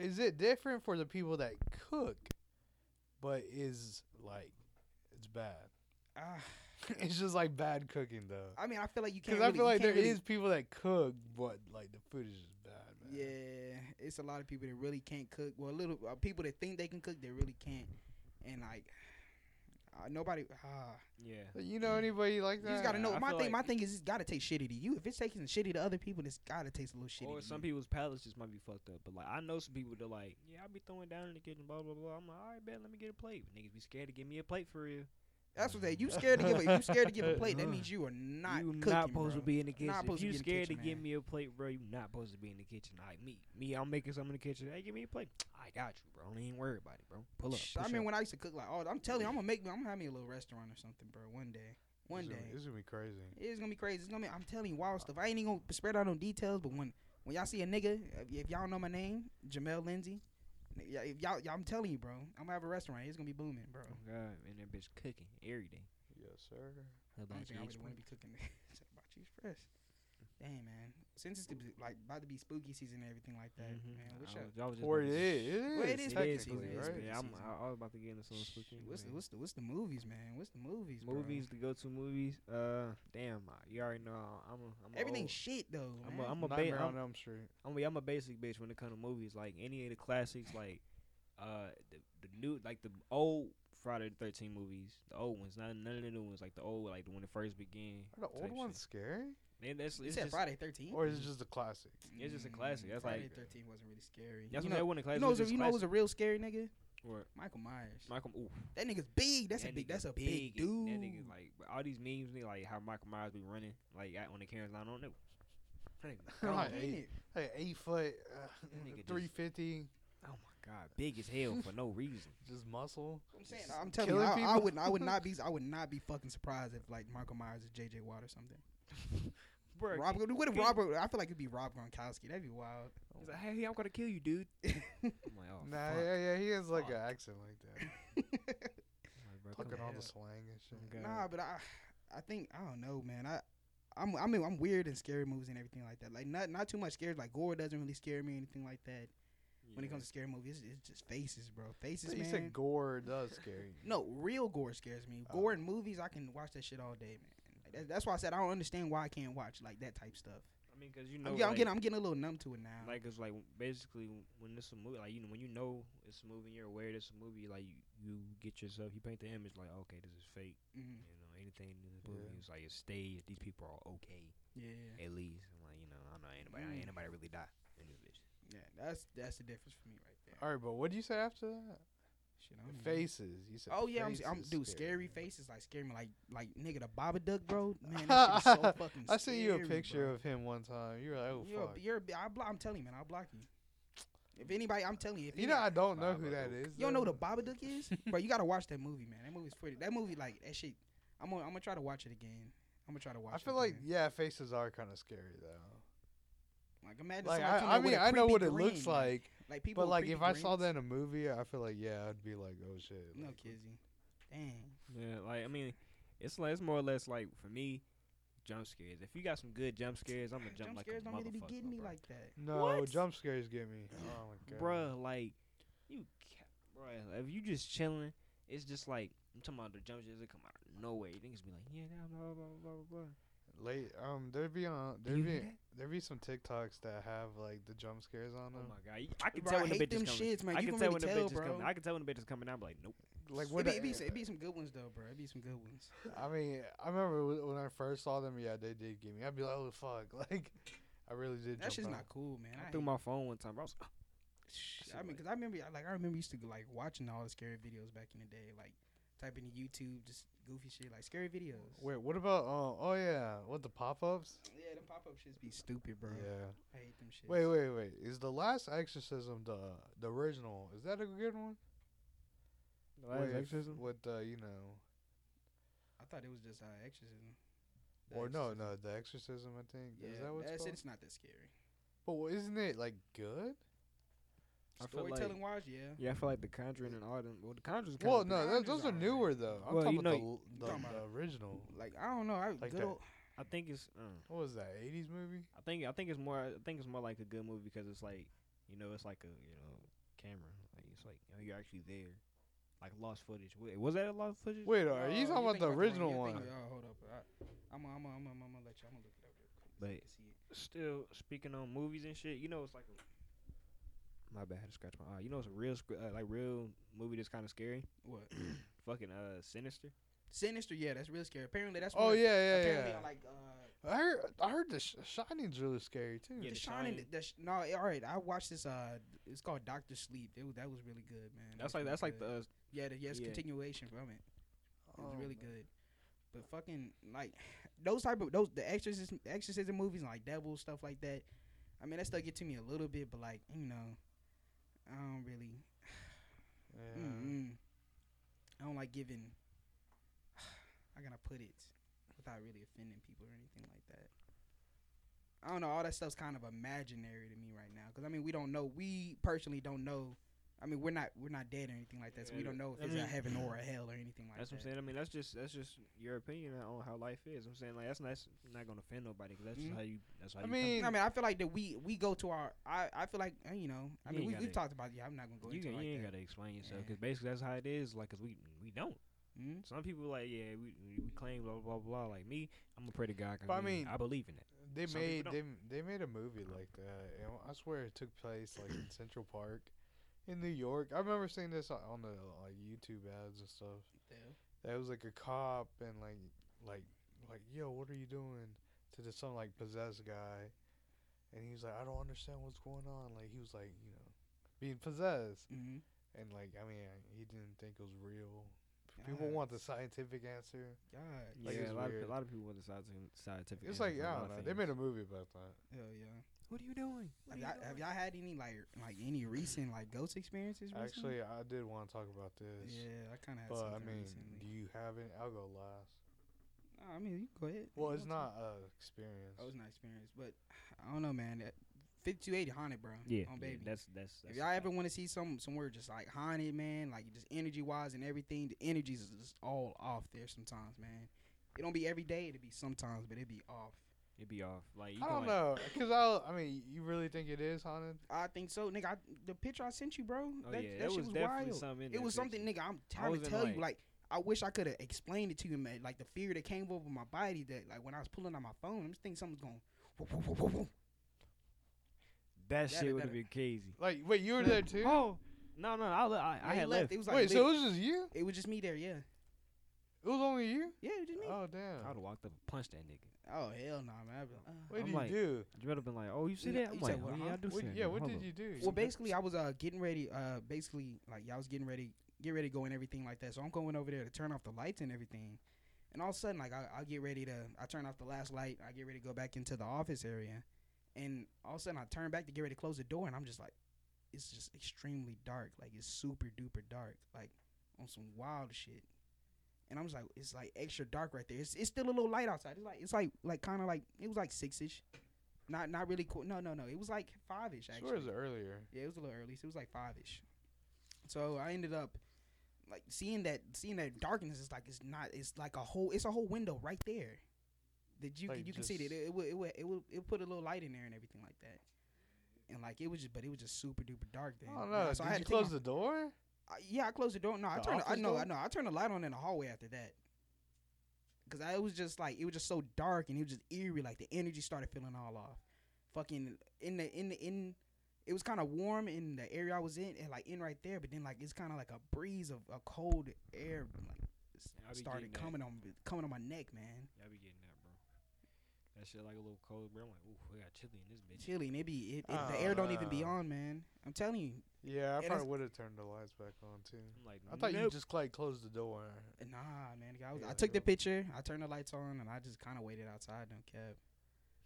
A: is it different for the people that cook, but is like it's bad?
C: Ah,
A: it's just like bad cooking though.
C: I mean, I feel like you can't.
A: Because I
C: really-
A: feel
C: you
A: like there
C: can't
A: is
C: really-
A: people that cook, but like the food is just bad, man.
C: Yeah, it's a lot of people that really can't cook. Well, little uh, people that think they can cook, they really can't. And like, uh, nobody. ah.
B: Yeah.
A: But you know anybody like
C: you
A: that?
C: just gotta know.
B: I
C: my
B: feel
C: thing, my
B: like-
C: thing is, it's gotta taste shitty to you. If it's tasting shitty to other people, it's gotta taste a little shitty.
B: Or
C: to
B: some
C: you.
B: people's palates just might be fucked up. But like I know some people that like, yeah, I be throwing down in the kitchen, blah blah blah. I'm like, all right, bet, let me get a plate. Niggas be scared to give me a plate for real.
C: That's what they. You scared to give a you scared to give a plate. That means you are not
B: you
C: cooking,
B: not supposed
C: bro.
B: to be in the kitchen.
C: Not
B: If
C: supposed to
B: you
C: be in the
B: scared
C: kitchen,
B: to give
C: man.
B: me a plate, bro, you not supposed to be in the kitchen. Like me, me, I'm making something in the kitchen. Hey, give me a plate. I got you, bro. Don't even worry about it, bro. Pull up.
C: Shh, I
B: push
C: mean,
B: up.
C: when I used to cook, like, oh, I'm telling you, I'm gonna make, me, I'm gonna have me a little restaurant or something, bro. One day, one
A: It's
C: day,
A: gonna- It's gonna be crazy.
C: it's gonna be crazy. It's gonna be, I'm telling you, wild stuff. I ain't even gonna spread out no details, but when, when y'all see a nigga, if- if y'all know my name, Jamel Lindsay, n- yeah, if y'all, y'all, I'm telling you, bro, I'm gonna have a restaurant. It's gonna be booming, bro.
B: oh god, and that bitch cooking every day.
A: Yes, sir.
B: How about
C: I don't think
B: you?
C: I would
B: Express?
C: want to be cooking about you express. Dang, man. Since it's gonna be, like about to be spooky season and everything like that,
B: Mhm.
C: man. What's
B: I
C: up?
B: was- I was just
A: Or it
B: about to-
A: is.
C: Well, it
A: It
C: is
A: is
B: It is.
A: technically,
C: season,
B: it is,
A: right?
B: but I'm,
C: Season.
B: I, I was about to get into some spooky.
C: What's the, what's the what's the movies, man? What's the movies? bro?
B: movies? The go-to movies? Uh, damn, I- you already know I'm. A, I'm a
C: Everything's
B: old-
C: shit though.
B: oh. I'm
C: man.
B: a, I'm a,
A: Nightmare
B: ba-
A: on
B: I'm,
A: Elm Street.
B: I'm, a, I'm a basic bitch when it comes to movies. Like any of the classics, like uh the, the new, like the old Friday the Thirteenth movies, the old ones, not none of the new ones. Like the old, like when it first began.
A: Are the old
B: type
A: ones scary?
B: shit. And that's
C: You
B: it's
C: said
B: just,
C: Friday Thirteen.
A: Or is it just a classic?
B: it's just a classic. That's
C: Friday
B: like-
C: Thirteen wasn't really scary.
B: That's
C: you
B: when
C: know,
B: that one in
C: you
B: class.
C: know,
B: was
C: who's a,
B: just
C: you know who's
B: classic.
C: a real scary nigga?
B: What?
C: Michael Myers.
B: Malcolm. Ooh,
C: that nigga's big. That's
B: that
C: a big.
B: nigga
C: That's a big,
B: big,
C: dude.
B: and That nigga like but all these memes, nigga, like how Michael Myers be running, like at- on the cameras. I don't know. That nigga
A: Like,
C: God,
B: gone.
A: Right.
C: ain't it?
A: Like eight foot, uh,
B: That nigga just-
A: three fifty,
B: Oh my god, big as hell for no reason.
A: just muscle.
C: I'm saying.
A: Just
C: I'm telling you,
A: killing
C: I, I
A: people.
C: would. I would not be. I would not be fucking surprised if like Michael Myers is J.J. Watt or something.
B: Bro,
C: Rob, what if
B: can-
C: Robert? I feel like it'd be Rob Gronkowski. That'd be wild.
B: he's like, hey, I'm gonna kill you, dude. I'm like, oh,
A: nah,
B: fuck.
A: yeah, yeah, he has like an
B: Fuck.
A: accent like that,
B: I'm like, bro, come
A: talking all
B: on.
A: the slang and shit.
B: Okay.
C: Nah, but I, I think I don't know, man. I, I'm I mean I'm weird in scary movies and everything like that. Like not not too much scared. Like gore doesn't really scare me or anything like that. When it
B: Yeah.
C: comes to scary movies, it's, it's just faces, bro.
A: So
C: Faces,
A: you
C: man.
A: said gore does scare you.
C: no, real gore scares me.
A: Oh.
C: Gore in movies, I can watch that shit all day, man. Like, that, that's why I said I don't understand why I can't watch like that type stuff.
B: I mean, cause you know,
C: I'm, Oh, yeah, I'm
B: like-
C: getting I'm getting a little numb to it now.
B: like it's like basically when it's a movie, like you know, when you know it's a movie, and you're aware it's a movie, like you, you get yourself, you paint the image, like okay, this is fake.
C: Mhm.
B: You know, anything in this
A: Yeah.
B: movie is like it's staged. These people are okay,
C: yeah,
B: at least. I'm like, you know, I don't know anybody,
C: Mm.
B: ain't nobody really die in this bitch.
C: yeah. That's that's the difference for me right there.
A: All right, but what do you say after that?
C: Shit, I don't know.
A: Faces. You said.
C: Oh yeah, I'm, I'm
A: faces
C: dude.
A: scare
C: Scary
A: you.
C: faces like scare me, like like nigga the Babadook, bro. Man, that shit is so fucking.
A: I sent you a
C: scary,
A: picture
C: bro.
A: of him one time. You were like, oh
C: you're,
A: fuck.
C: A, you're. a- I blo- I'm telling you, man. I'll block you. If anybody, I'm telling you. If
A: You know, I don't know who
B: Babadook.
A: that is.
C: you don't know what a
A: though.
C: Babadook is, bro, you gotta watch that movie, man. That movie's pretty. That movie, like that shit. I'm gonna. I'm gonna try to watch it again. I'm gonna try to watch.
A: I
C: it
A: feel like
C: again.
A: yeah, faces are kind of scary though.
C: like imagine.
A: Like
C: somebody
A: I,
C: coming
A: I
C: up with
A: mean,
C: a
A: I know
C: creepy
A: what it looks
C: grin,
A: like,
C: Like people.
A: but
C: with
A: like if
C: creepy
A: I saw
C: grins.
A: that in a movie, I feel like yeah, I'd be like, oh shit.
C: no
A: like,
C: kizzy. Dang.
B: Yeah, like I mean, it's like it's more or less like for me, jump scares. If you got some good jump scares, I'm gonna jump,
C: Jump
B: like
C: scares
B: a
C: don't really be
B: motherfucker,
C: getting me
B: bruh.
C: like that.
A: No,
B: What?
A: jump scares get me. Oh my god.
B: bruh, like you, ca- bruh, if you just chilling, it's just like I'm talking about the jump scares that come out of nowhere. You think it's be like, yeah, nah, blah blah blah blah blah.
A: Late, um, there'd be on
B: Do you
A: there'd
B: hear
A: be
B: that?
A: there'd be some TikToks that have like the jump scares on
B: Oh
A: them.
B: my god, you- I can
C: Bro,
B: tell
C: I
B: when the
C: hate
B: bitch
C: them
B: is coming.
C: shits, man.
B: I
C: You
B: can
C: can
B: tell
C: really
B: when the
C: tell,
B: bitch is coming.
C: bro.
B: I can tell when the bitch is coming. I'm like, nope.
A: like
C: It'd
A: what?
C: be,
A: the-
C: it be, some- it be some good ones though, bro. It'd be some good ones.
A: I mean, I remember wh- when I first saw them. Yeah, they did get me. I'd be like, oh fuck, like I really did.
C: That
A: jump
C: shit's
A: out.
C: not cool, man. I,
B: I threw my phone one time. bro. I was,
C: hate-
B: shit
C: I mean,
B: like-
C: because I remember, like, I remember used to like watching all the scary videos back in the day, like typing in YouTube, just goofy shit, like scary videos.
A: Wait, what about? Oh, oh yeah, what the pop-ups?
C: Yeah, them pop up shits be stupid, bro.
A: Yeah.
C: I hate them shits.
A: Wait, wait, wait. Is the last exorcism the the original? Is that a good one?
B: The last
A: with,
B: exorcism.
A: with uh, you know,
C: I thought it was just uh, exorcism. The
A: or no,
C: Exorcism.
A: no, the exorcism. I think is that what it's
C: that's it,
A: called?
C: It's not that scary.
A: But wha- isn't it like good?
B: I feel like-
C: Storytelling wise, yeah.
B: Yeah, I feel like the Conjuring and all them. Well, the Conjuring's kind
A: Well,
B: of
A: no,
C: Crown
A: those,
C: is
A: those are
C: alright.
A: newer though. I'm
B: Well,
A: talking
B: you
A: about
B: know-
A: the,
C: Talking
A: the,
C: about-
A: the original.
C: Like I don't know. I
A: Like
C: good
A: that.
C: old,
B: I think it's. Uh,
A: What was that? 80s movie?
B: I think I think it's more I think it's more like a good movie because it's like you know it's like a you know camera like it's like you know, you're actually there like lost footage Wait, was that a lost footage
A: Wait, are you
C: Oh,
A: talking about
C: think
A: the original
C: you're
A: one?
C: thinking- oh, hold up. I, I'm, I'm, I'm, I'm, I'm, I'm gonna let you. I'm gonna look it up real quick. so
B: But-
C: you can see it.
B: still speaking on movies and shit you know it's like a, my bad I had to scratch my eye you know it's a real sc- uh, like real movie that's kind of scary
C: What?
B: fucking uh sinister
C: Sinister? Yeah, that's real scary. Apparently, that's.
A: Oh
C: one-
A: yeah, yeah,
C: Apparently,
A: yeah.
C: on, like. Uh,
A: I heard, I heard the Sh- Shining's really scary too.
B: Yeah, The
C: the Shining.
B: Shining.
C: The, sh- no, all right. I watched this. Uh, it's called Doctor Sleep. It was, that was really good, man.
B: that's like that's like the uh,
C: yeah, the, yeah, it's
B: yeah.
C: continuation from it. It was
A: Oh,
C: really
A: man.
C: good. But fucking like those type of those the exorcism exorcism movies and like devil stuff like that. I mean that stuff get to me a little bit, but like you know, I don't really.
A: Yeah.
C: Mm-mm. I don't like giving. I gotta put it without really offending people or anything like that. I don't know. All that stuff's kind of imaginary to me right now because I mean we don't know. We personally don't know. I mean we're not we're not dead or anything like that, so we
B: Yeah,
C: don't know if
B: I
C: it's a
B: mean-
C: heaven or a hell or anything like
B: that's
C: that.
B: what I'm saying I mean that's just that's just your opinion on how life is I'm saying like that's not, that's not gonna offend nobody because that's
C: Mhm.
B: how you that's how
A: I
B: you come
A: mean,
C: I mean, I feel like that we we go to our. I I feel like uh, you know. I
B: You
C: mean,
B: ain't
C: we, we've
B: gotta-
C: talked about. Yeah, I'm not gonna go
B: You,
C: into
B: can,
C: it like
B: you ain't
C: that.
B: gotta explain yourself
C: Yeah.
B: because basically that's how it is. Like, cause we we don't.
C: Mhm.
B: Some people like, yeah, we we claim blah blah blah. Like me, I'm a pray to God. 'cause
A: But I
B: we-
A: mean-
B: I believe in it.
A: They
B: Some
A: made
B: people
A: they they made a movie like that. And I swear it took place like in Central Park, in New York. I remember seeing this on- on the like YouTube ads and stuff. That was like a cop and like like like yo, what are you doing to this some like possessed guy? And he was like, I don't understand what's going on. Like he was like you know being possessed
C: Mm-hmm.
A: and like I mean he didn't think it was real.
C: Yeah,
A: People
C: that's-
A: want the scientific answer.
C: God.
A: Like,
B: yeah,
A: it's
B: a lot, of,
A: weird.
B: a lot of people want the scientific. scientific
A: It's
B: answer
A: like
B: for
A: I
B: a lot
A: don't
B: of
A: know. They
B: things.
A: mell movie about that.
C: Hell yeah.
B: What are you doing? What are
C: Have y'all,
B: you
C: have
B: doing?
C: y'all had any like like any recent like ghost experiences? Recently?
A: Actually, I did want to talk about this.
C: yeah, I kind of had
A: But I
C: something
A: mean, do
C: recently.
A: you have it? I'll go last.
C: Nah, I mean, you go ahead.
A: Well,
C: You
A: it's
C: know what
A: not a experience.
C: I'm saying? Oh, it's not experience, but I don't know, man. That 5280 haunted, bro.
B: Yeah, yeah,
C: on Oh, baby.
B: that's that's. that's
C: if
B: a
C: y'all ever
B: fact.
C: want to see some somewhere just like haunted, man, like just energy wise and everything, the energies is just all off there sometimes, man. It don't be every day, it'll be sometimes, but it be off.
B: it'd be off. Like, you
A: I
B: can,
A: don't
B: like,
A: know, cause I, I mean, you really think it is haunted?
C: I think so, nigga. I, the picture I sent you, bro,
B: Oh
C: that,
B: yeah,
C: that,
B: there
C: shit
B: was
C: was
B: definitely
C: wild.
B: something. in
C: It
B: that
C: was something,
B: picture.
C: nigga. I'm trying
B: was
C: to
B: in,
C: tell
B: like-
C: you, like, I wish I could have explained it to you, man. Like the fear that came over my body, that like when I was pulling out my phone, I'm just thinking something's going. whoop, whoop, whoop, whoop, whoop.
B: That
C: That-
B: shit would
C: that-
B: have been crazy.
A: Like, wait, you were there too?
B: Oh no no, I le- I,
C: Yeah,
B: I
C: he
B: had left.
C: It was like
A: wait,
C: lit.
A: so it was just you?
C: it was just me there, yeah,
A: It was only you?
C: yeah, it was just me.
A: Oh
B: I would
A: damn!
B: have walked up and punched that nigga.
C: oh hell no, man. I'd be like, uh.
A: What
B: I'm
A: did you
B: like-
A: do?
B: You would have been like, oh, you see
C: Yeah,
B: that? I'm
C: you
B: like,
C: said,
B: oh,
C: well,
B: yeah, I
C: huh?
B: do see
A: What,
B: that.
A: yeah,
B: nigga.
A: what
B: Hold
A: did
B: up."
A: you do?
C: Well, basically, I was uh getting ready, uh basically like y'all was getting ready, get ready to go and everything like that. So I'm going over there to turn off the lights and everything, and all of a sudden like I, I get ready to, I turn off the last light, I get ready to go back into the office area, and all of a sudden I turn back to get ready to close the door, and I'm just like, it's just extremely dark, like it's super duper dark, like on some wild shit. And I'm just like, it's like extra dark right there. It's, it's still a little light outside. It's like it's like like kind of like it was like six ish, not not really cool. No no no, it was like five ish actually.
A: Sure, it was earlier.
C: Yeah, it was a little early. So it was like five ish. So I ended up like seeing that seeing that darkness is like it's not it's like a whole it's a whole window right there that you
A: Like,
C: can, you can see that
A: just-
C: it, it would it would it would it put a little light in there and everything like that. And like it was just, but it was just super duper dark. Then,
A: I don't
C: Yeah,
A: know.
C: So I
A: did
C: had
A: you
C: to take
A: close
C: my-
A: the door?
C: I- yeah, I closed the door. No, I
A: The
C: turned. I
A: office
C: know. I
A: door?
C: know. I turned the light on in the hallway after that. Cause I it was just like it was just so dark and it was just eerie. Like the energy started feeling all off. Fucking in the in the in. It was kind of warm in the area I was in, and like in right there. But then like it's kind of like a breeze of a cold air like s-
B: I be
C: started
B: getting that.
C: coming on coming on my neck, man.
B: Y'all be getting that, bro. That shit like a little cold, bro. I'm like, ooh, it got chilly in this bitch.
C: Chilly, and it be it, it, the air don't even be
A: Oh.
C: on, man. I'm telling you,
A: Yeah, I
C: it's-
A: probably would have turned the lights back on too.
B: I'm like,
A: I thought you
B: nope.
A: just like closed the door.
C: nah, man. I, was,
A: Yeah,
C: I
A: there
C: took the
A: you go.
C: picture, I turned the lights on, and I just kind of waited outside. Don't care.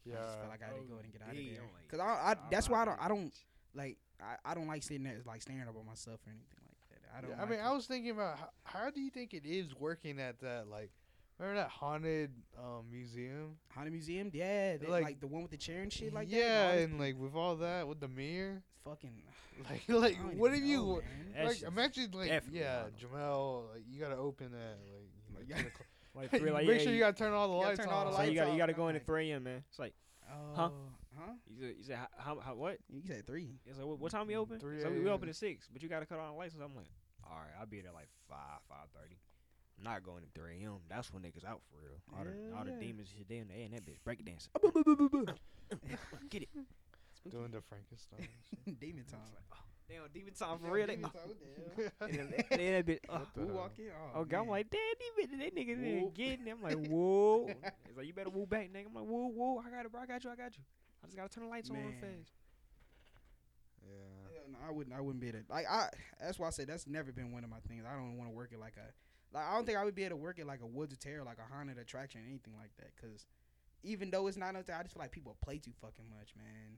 A: Yeah,
C: I just felt like I had to
B: Oh,
C: go ahead and get out of
B: damn,
C: there.
B: like,
C: Cause I, I
B: I'm
C: that's
B: outta
C: why I don't,
B: here,
C: I don't
B: bitch.
C: like, I, I don't like sitting there like staring up at myself or anything like that. I don't.
A: Yeah, I
C: like
A: mean,
C: it.
A: I was thinking about how, how do you think it is working at that like remember that haunted um museum?
C: haunted museum. Yeah, they, like,
A: Like-
C: the one with the chair and shit like
A: yeah,
C: that. and all this
A: and like with all that with the mirror,
C: fucking.
A: like
C: I
A: like
C: don't
A: what
C: even
A: if you
C: know,
A: like
C: man.
B: That shit's
A: imagine like
B: definitely
A: yeah
B: haunted.
A: Jamel like you gotta open that like you know,
C: Like, yeah.
A: 10 o'clock.
B: Like, for real, like,
A: make
B: yeah,
A: sure you
B: you-
A: gotta turn all the
C: you gotta
A: lights
C: turn
A: on.
C: all the
B: So you got
C: lights
B: you got to
C: off,
B: go in at
C: like-
B: 3 a.m. Man, it's like
C: Oh,
B: Huh?
C: Huh?
B: you said, you said "How- how, how what?
C: You said three.
B: It's like what, what time we open?
A: 3
B: So we- we
A: a.m..
B: open at six, but you got to cut on the lights. So I'm like, all right, I'll be there like five five thirty. I'm not going at 3 a.m. That's when niggas out for real. All the, all the
C: Yeah.
B: demons shit, they in the air and that bitch breakdancing. Get it.
A: doing the Frankenstein.
C: Demon time.
B: It's like, oh, damn, demon time for real. They,
C: Demon
B: and
C: time, what the hell?
B: then that- then that bitch, oh.
A: What the
C: Who
A: hell?
C: walk in? Oh,
B: Oh, God, I'm
C: man.
B: like, damn, these bitches, they niggas
C: Whoop.
B: ain't getting it. I'm like, whoa. It's like, you better woo back, nigga. I'm like, whoa, whoa. I got it, bro. I got you. I got you. I just got to turn the lights on real
C: Man.
B: fast.
A: Yeah.
C: Hell no, I wouldn't. I wouldn't be there. Like I, that's why I said that's never been one of my things. I don't want to work at like a, like I don't think I would be able to work at like a Woods of Terror, like a haunted attraction, anything like that. Cause even though it's not nothing, I just feel like people play too fucking much, man.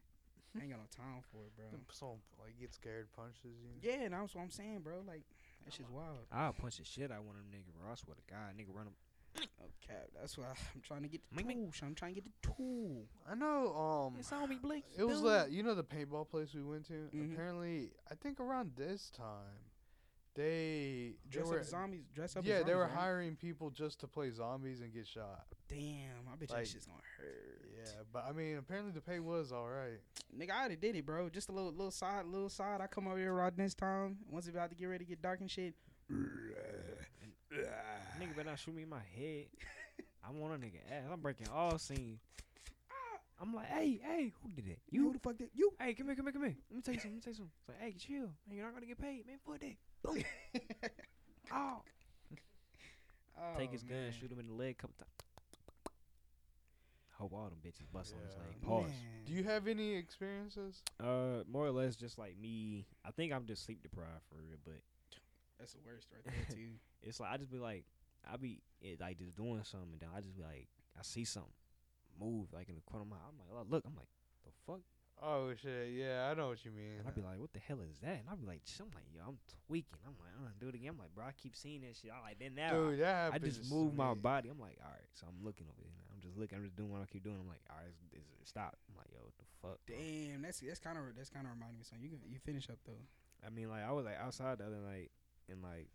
C: I ain't got no time for it, bro.
A: Then Someone like get scared, punches you.
C: Yeah, and that's what I'm saying, bro. Like that shit's wild.
B: I'll punch the shit out of one of them niggas, bro. I swear to God, nigga, run them.
C: Okay, Oh, that's why I'm trying to get the
B: Ming, ming.
C: tool. son. I'm trying to get the tool.
A: I know. Um,
B: It's on me, Blake.
A: It was
B: Dude.
A: that you know the paintball place we went to.
B: Mm-hmm.
C: Mhm.
A: Apparently, I think around this time, they they
C: Dress up
A: were
C: as zombies. Dress up. as
A: yeah they
C: zombies,
A: were
C: right?
A: hiring people just to play zombies and get shot.
C: Damn, I bet you
A: Like,
C: that shit's gonna hurt.
A: Yeah, but I mean apparently the pay was all right.
C: Nigga, I already did it, bro. Just a little, little side, little side. I come over here around this time. Once it's about to get ready to get dark and shit.
B: Nigga better not shoot me in my head. I want a nigga ass. I'm breaking all scenes. Ah, I'm like, hey, hey, who did that?
C: You who
B: You?
C: the fuck did you?
B: Hey, come here, come here, come here. Let me tell you something. Let me tell you something. It's like, hey, chill. Man, you're not gonna get paid, man. Fuck that. Boom. oh. Take
C: Oh,
B: his
C: man.
B: gun, shoot him in the leg, couple times. Hope all them bitches bust on his
A: Yeah.
B: leg. Pause.
C: Man.
A: Do you have any experiences?
B: Uh, more or less, just like me. I think I'm just sleep deprived for real, but
C: That's the worst right there too.
B: it's like I just be like, I be it, like just doing something, and then I just be like, I see something move like in the corner of my. eye. I'm like, oh, look, I'm like, the fuck,
A: Oh shit, yeah, I know what you mean.
B: and I'd be like, what the hell is that? And I'd be like, "Shit," I'm like, yo, I'm tweaking. I'm like, I'm gonna do it again. I'm like, bro, I keep seeing that shit. I like, then now.
A: Dude, that
B: I
A: happens.
B: just
A: to
B: move my
A: me.
B: body. I'm like, all right, so I'm looking over here. I'm just looking. I'm just doing what I keep doing. I'm like, all right, it's, it's, stop. I'm like, yo, what the fuck? bro?
C: Damn, that's that's kind of that's kind of reminding me of something. You can, you finish up though.
B: I mean, like I was like outside the other night, and like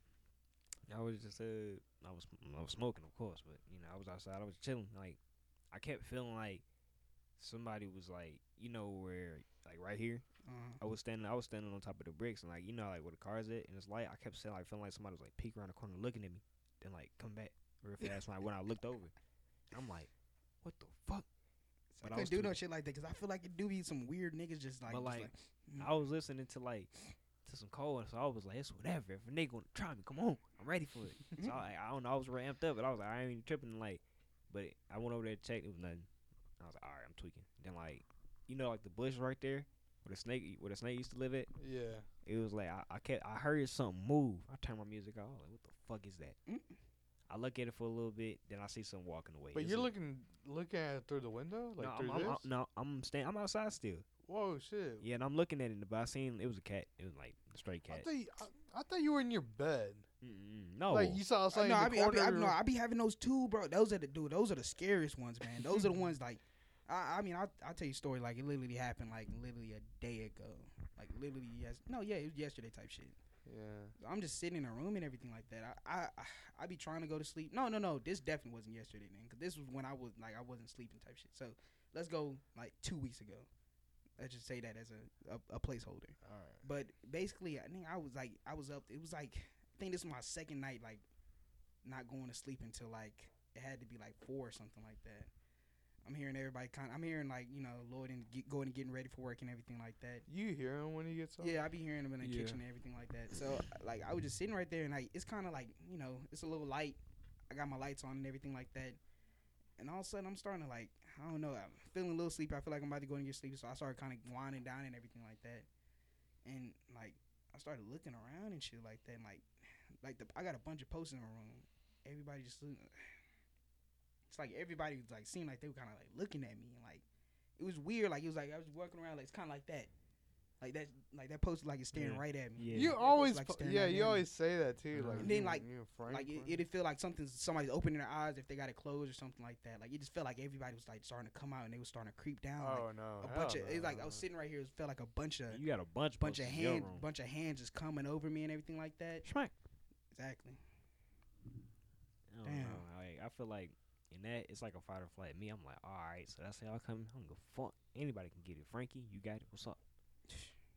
B: I was just uh, I was I was smoking, of course, but you know I was outside, I was chilling. Like I kept feeling like somebody was like, you know, where like right here,
C: Uh,
B: I was standing, I was standing on top of the bricks, and like you know, like where the cars at, and it's light. I kept saying like feeling like somebody was like peek around the corner looking at me, then like come back real fast. like when I looked over, I'm like, what the fuck?
C: so
B: But
C: I
B: I
C: couldn't
B: was
C: do
B: too-
C: no shit like that because I feel like it do be some weird niggas just like.
B: But,
C: just
B: like,
C: like mm.
B: I was listening to like to some Cole, and so I was like, it's whatever. If a nigga gonna try me, come on, I'm ready for it. so I, I don't know, I was ramped up, but I was like, I ain't even tripping. Like, but I went over there to check, it was nothing. I was like, all right, I'm tweaking. Then like, you know, like the bush right there where the snake where the snake used to live at.
A: Yeah.
B: It was like I, I kept I heard something move. I turned my music off. Like, what the fuck is that?
C: Mm.
B: I look at it for a little bit, then I see something walking away.
A: But
B: It's
A: you're
B: a-
A: looking looking at it through the window, like
B: no, I'm,
A: through
B: I'm,
A: this.
B: I'm, no, I'm staying. I'm outside still.
A: Whoa, shit.
B: Yeah, and I'm looking at it, but I seen it was a cat. It was like a stray
A: I
B: cat.
A: thought you, I, I thought you were in your bed.
B: Mm-mm, no,
A: Like you saw
C: I
A: something.
C: Uh, no,
A: in the
C: I be, I be, I
A: corner.
C: be, no, I be having those two, bro. Those are the dude. Those are the scariest ones, man. Those are the ones like, I, I mean, I I tell you a story like it literally happened like literally a day ago, like literally yes, no, yeah, it was yesterday type shit.
A: Yeah.
C: I'm just sitting in a room and everything like that. I I I- I be trying to go to sleep. No, no, no. This definitely wasn't yesterday, then, 'cause this was when I was like I wasn't sleeping type shit. So let's go like two weeks ago. Let's just say that as a a, a placeholder.
A: All right.
C: But basically, I think I was like, I was up. It was like, I think this was my second night, like, not going to sleep until like it had to be like four or something like that. I'm hearing everybody kind. I'm hearing like you know Lloyd and get, going and getting ready for work and everything like that.
A: You hear him when he gets up?
C: Yeah, I be hearing them in the
B: Yeah.
C: kitchen and everything like that. So like I was just sitting right there and like it's kind of like you know it's a little light. I got my lights on and everything like that. And all of a sudden I'm starting to like I don't know I'm feeling a little sleepy. I feel like I'm about to go into sleep, so I started kind of winding down and everything like that. And like I started looking around and shit like that. And, like like the I got a bunch of posts in my room. Everybody just looking. It's like everybody was like seemed like they were kind of like looking at me and like it was weird. Like it was like I was walking around like it's kind of like that. Like that, like that poster, like it's staring
B: Yeah.
C: right at me.
B: Yeah.
A: You
C: That
A: always,
C: poster, like,
A: pu-
C: staring
A: yeah,
C: right
A: you
C: at me.
A: always say that too.
B: Uh-huh.
A: Like,
C: And then,
A: you-
C: like-
A: you Frank
C: Like it,
A: Frank.
C: it'd feel like something's somebody's opening their eyes if they got it closed or something like that. Like it just felt like everybody was like starting to come out and they was starting to creep down.
A: oh no,
C: like, a
A: hell
C: bunch of
A: no,
C: it's like oh, I
A: no.
C: was sitting right here. It felt like a bunch of
B: You got a bunch
C: bunch of
B: posted in your
C: hand
B: room.
C: bunch of hands just coming over me and everything like that.
B: Schmack.
C: Exactly.
B: I don't
C: Damn.
B: know. Like, I feel like in that it's like a fight or flight. Me, I'm like, all right, so that's y'all coming. I don't give a fuck. Anybody can get it. Frankie, you got it. What's up?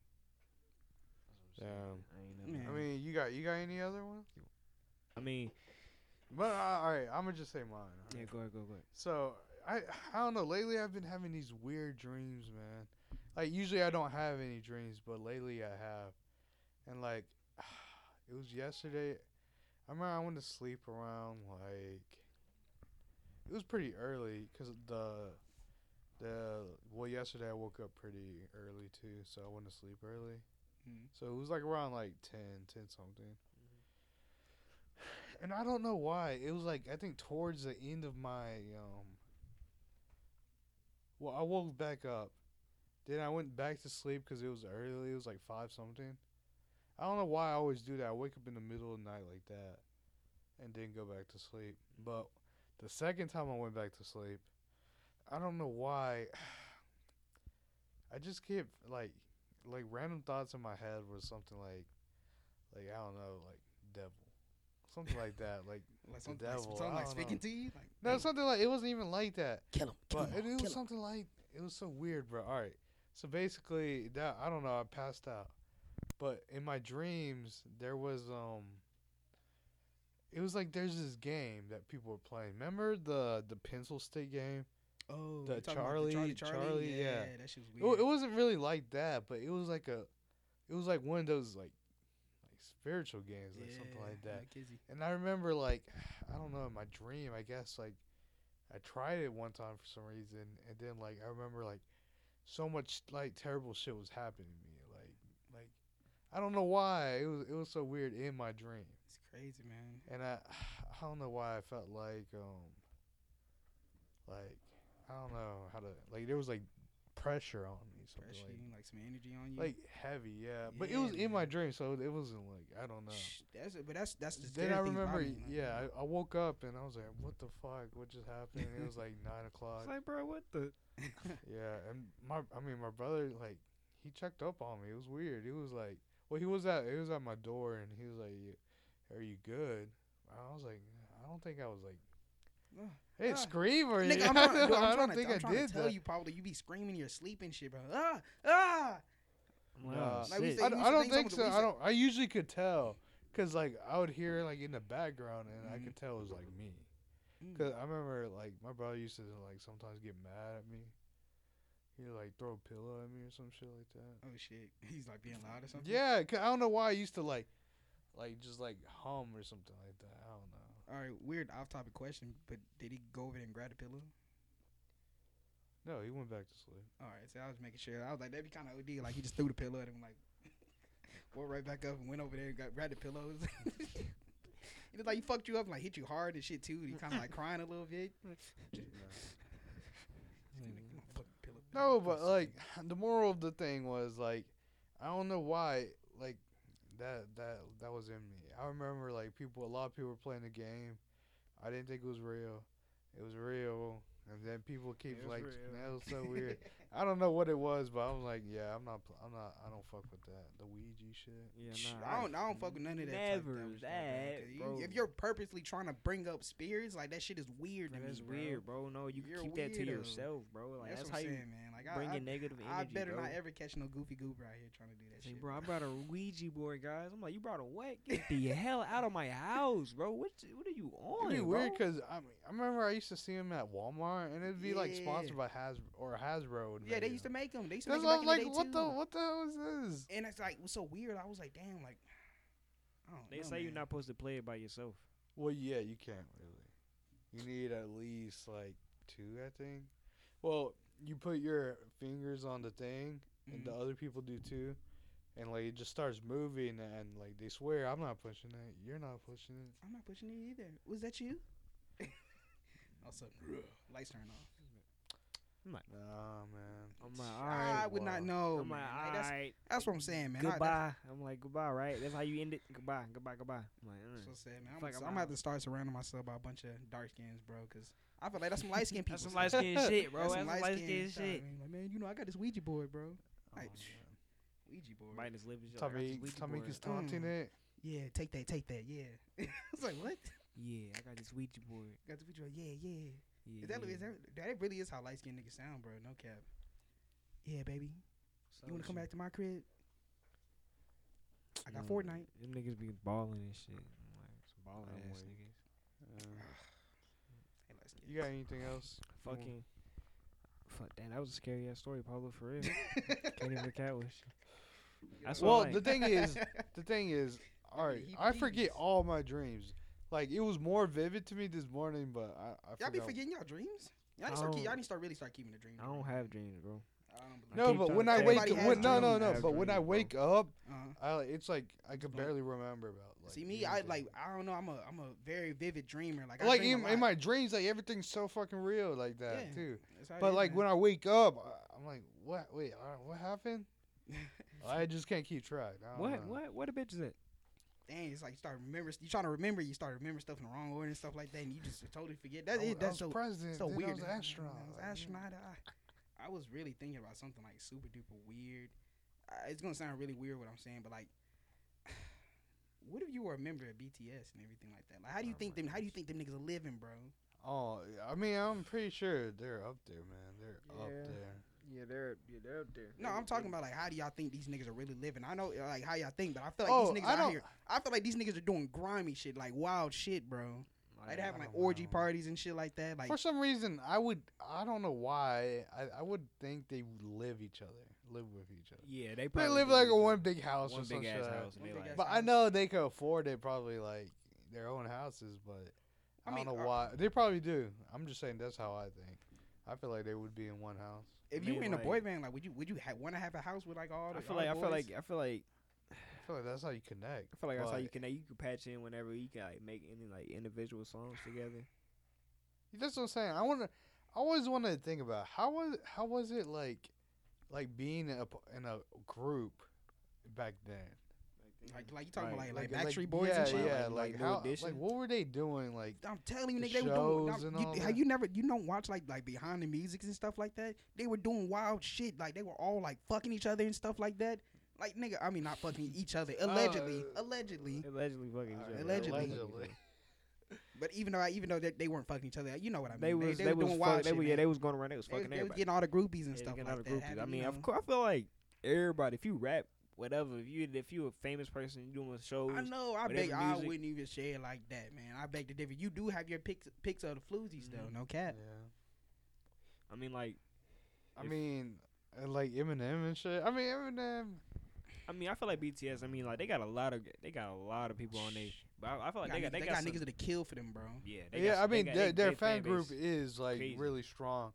B: That's what I'm saying. I ain't
C: Yeah.
A: I
B: never.
A: mean, you got you got any other one?
B: I mean,
A: But uh, all right, I'm gonna just say mine. all
B: yeah,
A: right?
B: go ahead, go ahead.
A: So I I don't know. Lately, I've been having these weird dreams, man. Like usually I don't have any dreams, but lately I have, and like it was yesterday. I remember I went to sleep around like it was pretty early because the the well yesterday I woke up pretty early too, so I went to sleep early.
C: Mhm.
A: So it was like around like 10, 10 something. And I don't know why. It was like I think towards the end of my um Well, I woke back up. Then I went back to sleep cuz it was early. It was like 5 something. I don't know why I always do that. I wake up in the middle of the night like that and then go back to sleep. But the second time I went back to sleep, I don't know why I just kept like like random thoughts in my head was something like like I don't know, like devil. Something like that. Like
C: Like
A: The
C: something,
A: devil,
C: like, something
A: I
C: like
A: don't
C: speaking
A: know.
C: to you. Like
A: no,
C: "Hey,
A: something like it wasn't even like that.
C: kill him. Kill
A: But
C: him.
A: it,
C: all,
A: it was
C: kill him."
A: something like it was so weird, bro. All right. So basically, that I don't know, I passed out. But in my dreams, there was um it was like there's this game that people were playing. Remember the the pencil stick game?
C: Oh,
A: the
C: you talking about
A: Charlie-
C: Charlie,
A: Charlie, yeah.
C: that shit was
A: It, wa-
C: weird.
A: it wasn't really like that, but it was like a it was like one of those like like spiritual games, like something like
C: Yeah, e-
A: that.
C: Kizzy.
A: And I remember like I don't know, in my dream, I guess like I tried it one time for some reason and then like I remember like so much like terrible shit was happening to me. Like like I don't know why. It was it was so weird in my dream.
C: It's crazy, man.
A: And I I don't know why I felt like um like I don't know how to like there was like pressure on me something
C: Pressure,
A: like
C: you, like some energy on you.
A: like heavy, yeah. But it was
C: Yeah,
A: in my
C: man.
A: dream, so it wasn't like I don't know.
C: Shh, that's but that's that's the
A: Then
C: scary
A: I
C: thing about
A: remember,
C: me, like,
A: yeah, I, I woke up and I was like, "What the fuck? What just happened?" it was like nine o'clock.
B: It's like, bro, what the?
A: yeah, and my, I mean, my brother, like, he checked up on me. It was weird. He was like, well, he was at, he was at my door, and he was like, "You- "Are you good?" I was like, "I don't think I was like."
C: Ugh.
A: I didn't
C: Ah.
A: scream or
C: Nigga,
A: anything.
C: I'm trying, dude,
A: I
C: I'm trying
A: don't
C: to,
A: think
C: I'm
A: I
C: trying to
A: did
C: tell
A: that.
C: you, probably you be screaming your sleep and shit, bro. Ah, ah.
B: Wow,
A: Nah.
C: Like we
B: sick.
C: say-
A: I, d- I
C: you used to
A: don't
C: think
A: think so.
C: someone was
A: I don't. I usually could tell, cause like I would hear like in the background, and I
C: Mhm.
A: could tell it was like me.
C: Mm.
A: Cause I remember like my brother used to like sometimes get mad at me. He'd like throw a pillow at me or some shit like that.
C: Oh shit, he's like being loud or something.
A: Yeah, 'cause I don't know why I used to like, like just like hum or something like that. I don't know.
C: All right, weird off-topic question, but did he go over there and grab the pillow?
A: No, he went back to sleep.
C: All right, so I was making sure. I was like, that'd be kind of OD. Like he just threw the pillow at him, like walked right back up and went over there and got grabbed the pillows. He was like he fucked you up, and, like hit you hard and shit too. And he kind of like crying a little bit.
A: No, but like the moral of the thing was like, I don't know why like that that that was in me. I remember like people, a lot of people were playing the game. I didn't think it was real. It was real, and then people keep
B: It was
A: like,
B: real.
A: that was so weird. I don't know what it was, but I was like, yeah, I'm not, pl- I'm not, I don't fuck with that. The Ouija shit.
B: Yeah, nah,
C: I don't, I don't fuck with none of that. type
B: Never
C: dumb shit like
B: that,
C: 'cause
B: bro.
C: You, if you're purposely trying to bring up spirits, like that shit is weird.
B: Bro,
C: to
B: that's
C: me,
B: weird, bro. No, you
C: You're
B: keep that to
C: weirdo.
B: yourself, bro. Like that's,
C: that's,
B: how
C: what I'm
B: you
C: saying, man. Like
B: bring
C: I,
B: your negative
C: I, I
B: energy,
C: better
B: bro.
C: not ever catch no goofy goober out here trying to do that
B: Say,
C: shit.
B: bro, I brought a Ouija board, guys. I'm like, you brought a what? Get the hell out of my house, bro. What? What are you on?
A: It'd be
B: bro?
A: weird because I, mean, I remember I used to see them at Walmart, and it'd be like
C: Yeah.
A: sponsored by Hasbro or Hasbro. would
C: Yeah,
A: make
C: they
A: it.
C: used to make them. They used to
A: That's
C: make 'em
A: why I
C: back
A: was
C: in
A: like,
C: the
A: what
C: day,
A: the
C: too.
A: what the hell is this?
C: And it's like it was so weird. I was like, damn, like I don't
B: They
C: know,
B: say you're
C: man.
B: not supposed to play it by yourself.
A: Well, yeah, you can't really. You need at least like two, I think. Well, you put your fingers on the thing, and the
C: Mhm.
A: other people do too, and like it just starts moving, and like they swear I'm not pushing it, you're not pushing it.
C: I'm not pushing it either. Was that you? also, lights turned off.
A: Nah, man.
B: I'm like, all
C: Ah,
B: right,
C: would not
A: Wow.
C: know.
B: I'm like,
C: man. Like,
B: all
C: that's,
B: right,
C: that's what I'm saying, man. I- that's-
B: goodbye. I'm like, goodbye, right? That's how you end it. Goodbye, goodbye, goodbye. I'm like,
C: That's what I'm
B: mm.
C: saying, man.
B: It's
C: I'm,
B: like
C: so
B: I'm
C: I'm gonna have
B: out.
C: to start surrounding myself by a bunch of dark skins, bro, because I feel like that's some light skinned people.
B: That's some light skin shit, bro. That's some light skin
C: light-skinned stuff,
B: shit. Oh,
C: man. Like, man, you know, I got this Ouija board, bro. Like, Ouija board.
B: Biting his lip. and shit, like, I got this
A: Tommy,
B: Ouija
A: Tommy
B: board.
A: is taunting
C: Mm.
A: it.
C: Yeah, take that, take that. Yeah. I was like, what?
B: Yeah, I got this Ouija board.
C: Got the Ouija board. Yeah, yeah.
B: Yeah,
C: Is that,
B: yeah.
C: is that that really is how light skinned niggas sound, bro? No cap. Yeah, baby. You
A: Oh,
C: wanna come back to my crib? I got
B: Mm,
C: Fortnite.
B: Them niggas be balling and shit. I'm like, some balling
A: I'm
B: ass
A: weak.
B: niggas.
C: Hey, light-skinned.
A: You got anything else? Come on.
B: Fucking. Fuck, damn, that was a scary ass story, Pablo, for real. Can't even cat with you. That's
A: Well,
B: well, like,
A: the thing is, the thing is, all
C: I
A: right,
C: mean, he
A: I forget
C: believes.
A: all my dreams. Like it was more vivid to me this morning, but I, I
C: y'all be
A: forgot.
C: forgetting y'all dreams. Y'all need to start. Keep,
B: don't-
C: y'all need to start really start keeping the dreams.
B: I don't have dreams, bro. I
A: No,
B: keep
A: but
B: telling
A: when I wake,
C: everybody has
A: when, no,
C: dreams.
A: no,
B: I
A: no,
B: have
A: but when I
B: dreams, bro.
A: wake up,
C: Uh-huh.
A: I it's like I can
C: Like-
A: barely remember about. Like,
C: See me, I
A: anything.
C: like I don't know. I'm a I'm a very vivid dreamer. Like I
A: like
C: dream
A: in,
C: a
A: in
C: lot.
A: my dreams, like everything's so fucking real, like that
C: Yeah.
A: too.
C: That's how it
A: But
C: is,
A: like
C: man.
A: when I wake up, I, I'm like, what? Wait, uh, what happened? I just can't keep track. I don't
B: What?
A: know.
B: What? What a bitch is that?
C: dang, it's like you start remember. You trying to remember, you start remembering stuff in the wrong order and stuff like that, and you just totally forget. That
A: Oh, I was-
C: it, that's
A: I was
C: so
A: president.
C: so
A: then
C: weird.
A: I was
C: That-
A: astronaut.
C: I
A: like,
C: was astronaut. I, I was really thinking about something like super duper weird. I, it's gonna sound really weird what I'm saying, but like, what if you were a member of BTS and everything like that? Like, how do you
B: Oh
C: think
B: my
C: them? How do you think them niggas are living, bro?
A: Oh, I mean, I'm pretty sure they're up there, man. They're up
B: Yeah.
A: there.
B: Yeah, they're yeah, they're up there.
C: No, I'm talking about like how do y'all think these niggas are really living? I know uh, like how y'all think, but I feel like
A: Oh,
C: these niggas
A: I
C: out
A: don't.
C: here. I feel like these niggas are doing grimy shit, like wild shit, bro. Like they're having
A: I
C: like
A: don't
C: orgy
A: know.
C: parties and shit like that. Like
A: For some reason, I would. I don't know why. I, I would think they live each other, live with each other.
B: Yeah, they
A: They
B: probably
A: live
B: do
A: like
B: live
A: in one big house
B: one
A: or some
B: big
A: shit.
B: ass
A: like that.
B: house. and
C: One
B: they
C: big
B: like-
C: ass
A: But I
C: house.
A: know they could afford it, probably like their own houses. But
C: I
A: I,
C: mean,
A: don't know
C: are-
A: why. They probably do. I'm just saying that's how I think. I feel like they would be in one house.
C: if
B: I
C: you
B: mean,
C: were in a boy
B: like-
C: band, like would you would you ha- want to have a house with like all? The,
B: I feel
C: all
B: like
C: the
B: I feel
C: boys?
B: like I feel like
A: I feel like that's how you connect.
B: I feel like that's how you
A: But
B: can you can patch in whenever you can like make any like individual songs together.
A: That's what I'm saying. I want to. I always wanted to think about how was how was it like, like being in a, p- in a group back then.
C: like like you talking
B: Like-
C: about like like Backstreet Boys and shit.
A: Yeah, yeah.
B: Like-
A: Like,
B: like New
A: how? Like
B: Edition?
A: what were they doing? Like
C: I'm telling you,
A: The
C: nigga, they were doing.
A: shows and
C: you,
A: all
C: have
A: that.
C: you never, you don't watch like like behind the music and stuff like that. They were doing wild shit. Like they were all like fucking each other and stuff like that. Like nigga, I mean not fucking each other. Allegedly,
A: uh,
C: allegedly.
B: Allegedly fucking. each
A: Alright,
B: other.
C: Allegedly.
A: allegedly.
C: But even though I, even though they, they weren't fucking each other, you know what I mean.
B: They was they,
C: were
B: was
C: doing
B: fuck,
C: wild
B: they
C: shit.
B: were, yeah
C: man.
B: they was going around. They was fucking
C: they, was
B: everybody.
C: getting all the groupies and
B: Yeah,
C: stuff
B: they
C: like
B: got all
C: that.
B: the groupies. I
C: having,
B: mean,
C: you
B: of
C: know-
B: course, I feel like everybody. If you rap, whatever. If you if you a famous person, you doing shows.
C: I know. I
B: whatever
C: beg. I
B: music-
C: wouldn't even share it like that, man. I beg to differ. You do have your pics, pics of the floozies though.
B: Mhm.
C: No
A: Yeah.
C: cap.
B: I mean, like
A: I
B: If-
A: mean, uh, like Eminem and shit. I mean, Eminem.
B: I mean, I feel like BTS. I mean, like they got a lot of they got a lot of people on there. But I, I feel like they
C: They
B: got they
C: got,
B: got,
C: niggas- they got niggas
B: some,
C: to kill for them, bro.
B: yeah. They
A: yeah,
B: got,
A: I
B: some- they
A: mean,
B: got-
A: their,
B: they-
A: their fan
B: fan
A: group
B: base.
A: is like
B: crazy.
A: really strong,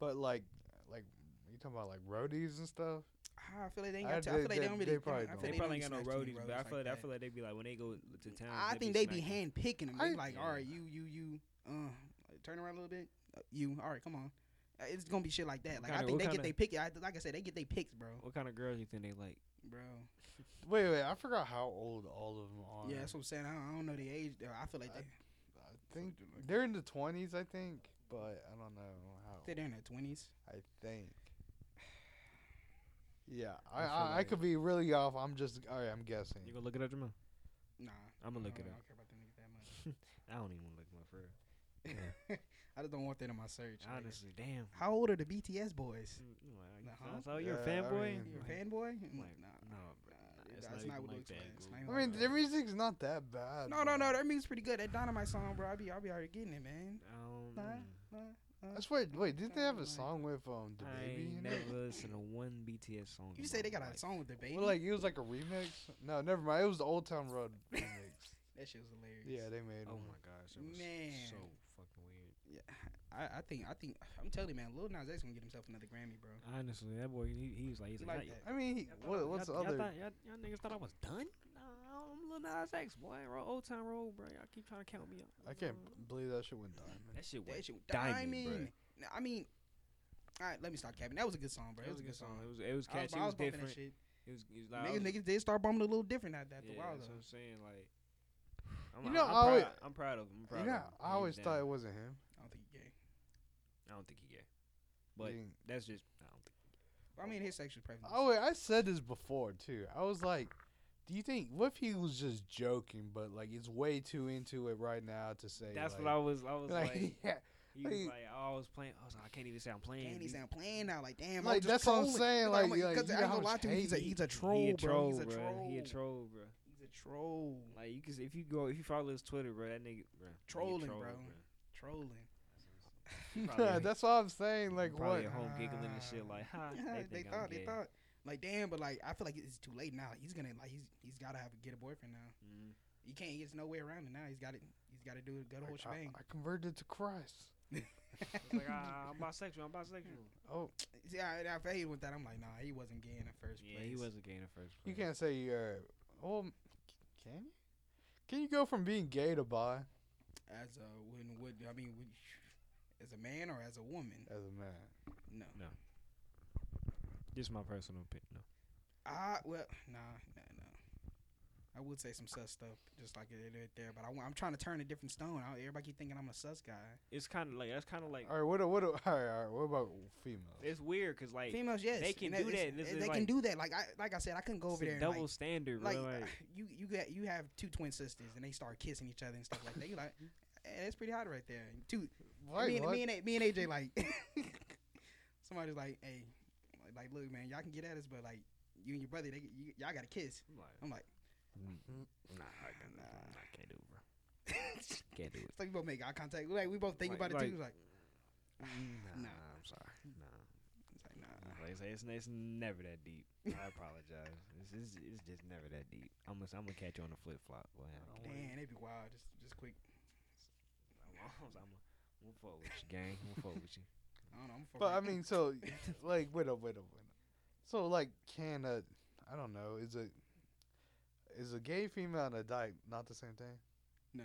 A: but like, like you talking about like roadies and stuff.
C: I feel like they ain't
A: I-
C: got. to- I
A: they-
C: feel like
A: they-
C: they don't really.
A: they
C: I feel
A: probably
C: like
A: don't.
B: They,
A: They
B: probably ain't
C: don't
B: got no
C: snatch too many
B: roadies, but I
C: roadies
B: feel like, I
C: that.
B: feel like they be like when they go to town.
C: I think they be
B: sniping.
C: hand picking them.
A: I-
C: They like,
B: Yeah.
C: all right, you, you, you, uh, turn around a little bit. Uh, you, all right, come on. Uh, It's gonna be shit like that. Like
B: kinda-
C: I think
B: what
C: they get
B: kinda-
C: they pick. I, like I said, they get they picks, bro.
B: What kind of girls you think they like?
C: Bro.
A: Wait, wait, I forgot how old all of them are.
C: Yeah, that's what I'm saying. I don't, I don't know the age. Though. I feel like
A: I-
C: they,
A: I think they're in the twenties. I think, but I don't know how.
C: they're in their twenties.
A: I think. Yeah, I,
B: I feel
A: I, I
B: like-
A: could be really off. I'm just all right. I'm guessing.
B: You gonna look it up, Jamal?
C: Nah.
B: I'm gonna look
C: I
B: it
C: don't,
B: up.
C: I don't care about them niggas that much.
B: I don't even wanna look them up for real.
C: I just don't want that in my search. nigga.
B: Honestly, damn.
C: How old are the BTS boys?
B: Mm, like,
C: Huh?
B: So you're a
A: Yeah, I
B: fanboy?
A: mean-
C: You
B: Like,
C: a fanboy? Mm,
B: like,
C: nah.
B: No, bro.
C: Nah,
B: nah, it's
C: that's
B: not,
C: not
B: even
C: what it
B: like
C: looks like.
B: that. Google.
C: It's not
A: I
C: even
A: mean,
C: like
A: their
C: that.
A: music's not that bad.
C: No, no,
A: bro.
C: no. That music's pretty good. That Dynamite song, bro. I be, I be already getting it, man.
B: Um,
C: Nah. Nah, nah.
A: That's why. Wait, didn't they have a
C: Like-
A: song with um the
B: I
A: baby?
B: ain't
A: in it?
B: never listened to one BTS song.
C: You
B: in
C: say
B: my
C: they got a
B: life.
C: song with the baby?
A: Well, like it was like a remix. No, never mind. It was the Old Town Road remix.
C: that shit was hilarious.
A: yeah, they made.
B: Oh
A: one.
B: my gosh, that was
C: Man.
B: so fucking weird.
C: I, I think I think I'm telling you, man, Lil Nas X gonna get himself another Grammy, bro.
B: Honestly, that boy, he, he was like, he's
C: He
B: like,
C: like
B: "Y'all-
C: that.
A: I mean, he-
B: y'all thought I-
A: what, what's the
B: y'all- y'all
A: other?
B: thought- Y'all, y'all niggas thought I was done? Nah, I'm Lil Nas X, boy. Ro- Old time road, bro. Y'all keep trying to count me out.
A: I can't
B: Uh,
A: believe that shit went diamond.
B: That shit
C: That
B: went
C: shit was
B: diamond,
C: diamond. Now, I mean, All right, let me start capping. That was a good song, bro.
B: It was a good song. It was it was
C: I was,
B: catchy. it
C: I was
B: was
C: bumping
B: different.
C: that shit.
B: It was, it was loud.
C: Niggas, niggas did start bumping a little different after, after
B: yeah,
C: a while
B: that's what I'm
C: though.
B: saying. Like, I'm,
A: You know,
B: I'm,
A: I always-
B: proud, I'm proud of him. I'm proud
A: You
B: of
A: know,
B: him.
A: I
B: He's
A: always thought
B: down.
A: it wasn't him.
C: I don't think he gay.
B: I don't think he gay, but
A: Being-
B: that's just. I don't think.
C: I mean, his sexual preference.
A: Oh, wait, I said this before too. I was like, "Do you think what if he was just joking?" But like, it's way too into it right now to say.
B: That's
A: like,
B: what I was. I was like,
A: yeah,
B: he was
A: like-
B: like, oh, I was playing. I was like, I can't even say I'm playing.
C: Damn, he
B: He's-
C: sound playing now. Like damn,
A: Like,
C: I'm just
A: that's what I'm
C: trolling.
A: saying,
C: Like,
A: like-
C: I'm
A: like,
C: cause
A: you
C: I
A: know
C: ain't
A: how
C: gonna lie
A: much
C: to you, he's a
A: hate
C: he's a
B: he
C: troll,
B: a
C: bro.
B: troll,
C: He's a
B: bro.
C: troll.
B: He a troll, bro.
C: He's a troll.
B: Like you can, s- if you go, if you follow his Twitter, bro, that nigga, bro,
C: Trolling,
B: he a
C: bro.
B: troll,
C: Trolling.
B: probably-
A: that's what I'm saying. Like,
B: probably
A: what?
B: at home giggling and shit, like, ha, they,
C: they
B: think I'm
C: thought, they
B: gay.
C: thought. Like damn, but like I feel like it's too late now. He's gonna like he's he's gotta have get a boyfriend now.
B: Mhm.
C: He can't. There's no way around it now. He's got it. He's got to do it. Go the whole
A: I, I,
C: shebang.
A: I converted to Christ.
B: It's like, ah, I'm bisexual, I'm bisexual.
A: Oh,
C: Yeah, and after he went that, I'm like, nah, he wasn't gay in the first
B: Yeah,
C: place.
B: he wasn't gay in the first
A: you
B: place.
A: can't say you're. Well, can you? Can you go from being gay to bi
C: As a when would I mean would, as a man or as a woman?
A: as a man?
C: No.
B: Just my personal opinion. No.
C: I well nah nah nah. I would say some sus stuff just like it is right there, but I, am trying to turn a different stone. I, everybody keep thinking I'm a sus guy.
B: It's kind of like that's kind of like
A: All right, what? a- What? a- All right, all right. What about females?
B: it's weird because like
C: Females, yes,
B: they can
C: and
B: do
C: it's-
B: that, and this
C: they
B: is
C: can
B: like-
C: do that. Like I like I said, I couldn't go
B: it's
C: over
B: a
C: there. and,
B: double
C: like,
B: standard,
C: like,
B: bro. Like,
C: you you got you have two twin sisters and they start kissing each other and stuff like that. You like, hey, that's pretty hot right there. Two
A: Wait,
C: me, and,
A: what?
C: me and A- me and AJ like somebody's like, hey, like, like, look, man, y'all can get at us, but like you and your brother, they you, y'all got to kiss.
B: I'm like,
C: I'm like,
B: nah, I, can't-
C: Nah.
B: nah, I can't do it, bro.
C: it's
B: Can't do it.
C: like we both make eye contact. Like we both think
B: Like-
C: about it
B: like-
C: too. Like,
B: Nah,
C: Nah.
B: I'm sorry. Nah,
C: it's like nah.
B: like I say, it's, it's never that deep. I apologize. It's, it's, it's just never that deep. I'm gonna I'm gonna catch you on a flip flop, boy. I don't care.
C: Damn, they be wild. Just just quick.
B: I'm gonna I'm gonna fuck with you, gang. I'm gonna fuck with you.
C: I don't know. I'm for
A: But I
C: real.
A: mean, so like, wait up, wait up, wait up. So like, can a, I don't know, is a, is a gay female and a dyke not the same thing?
C: no.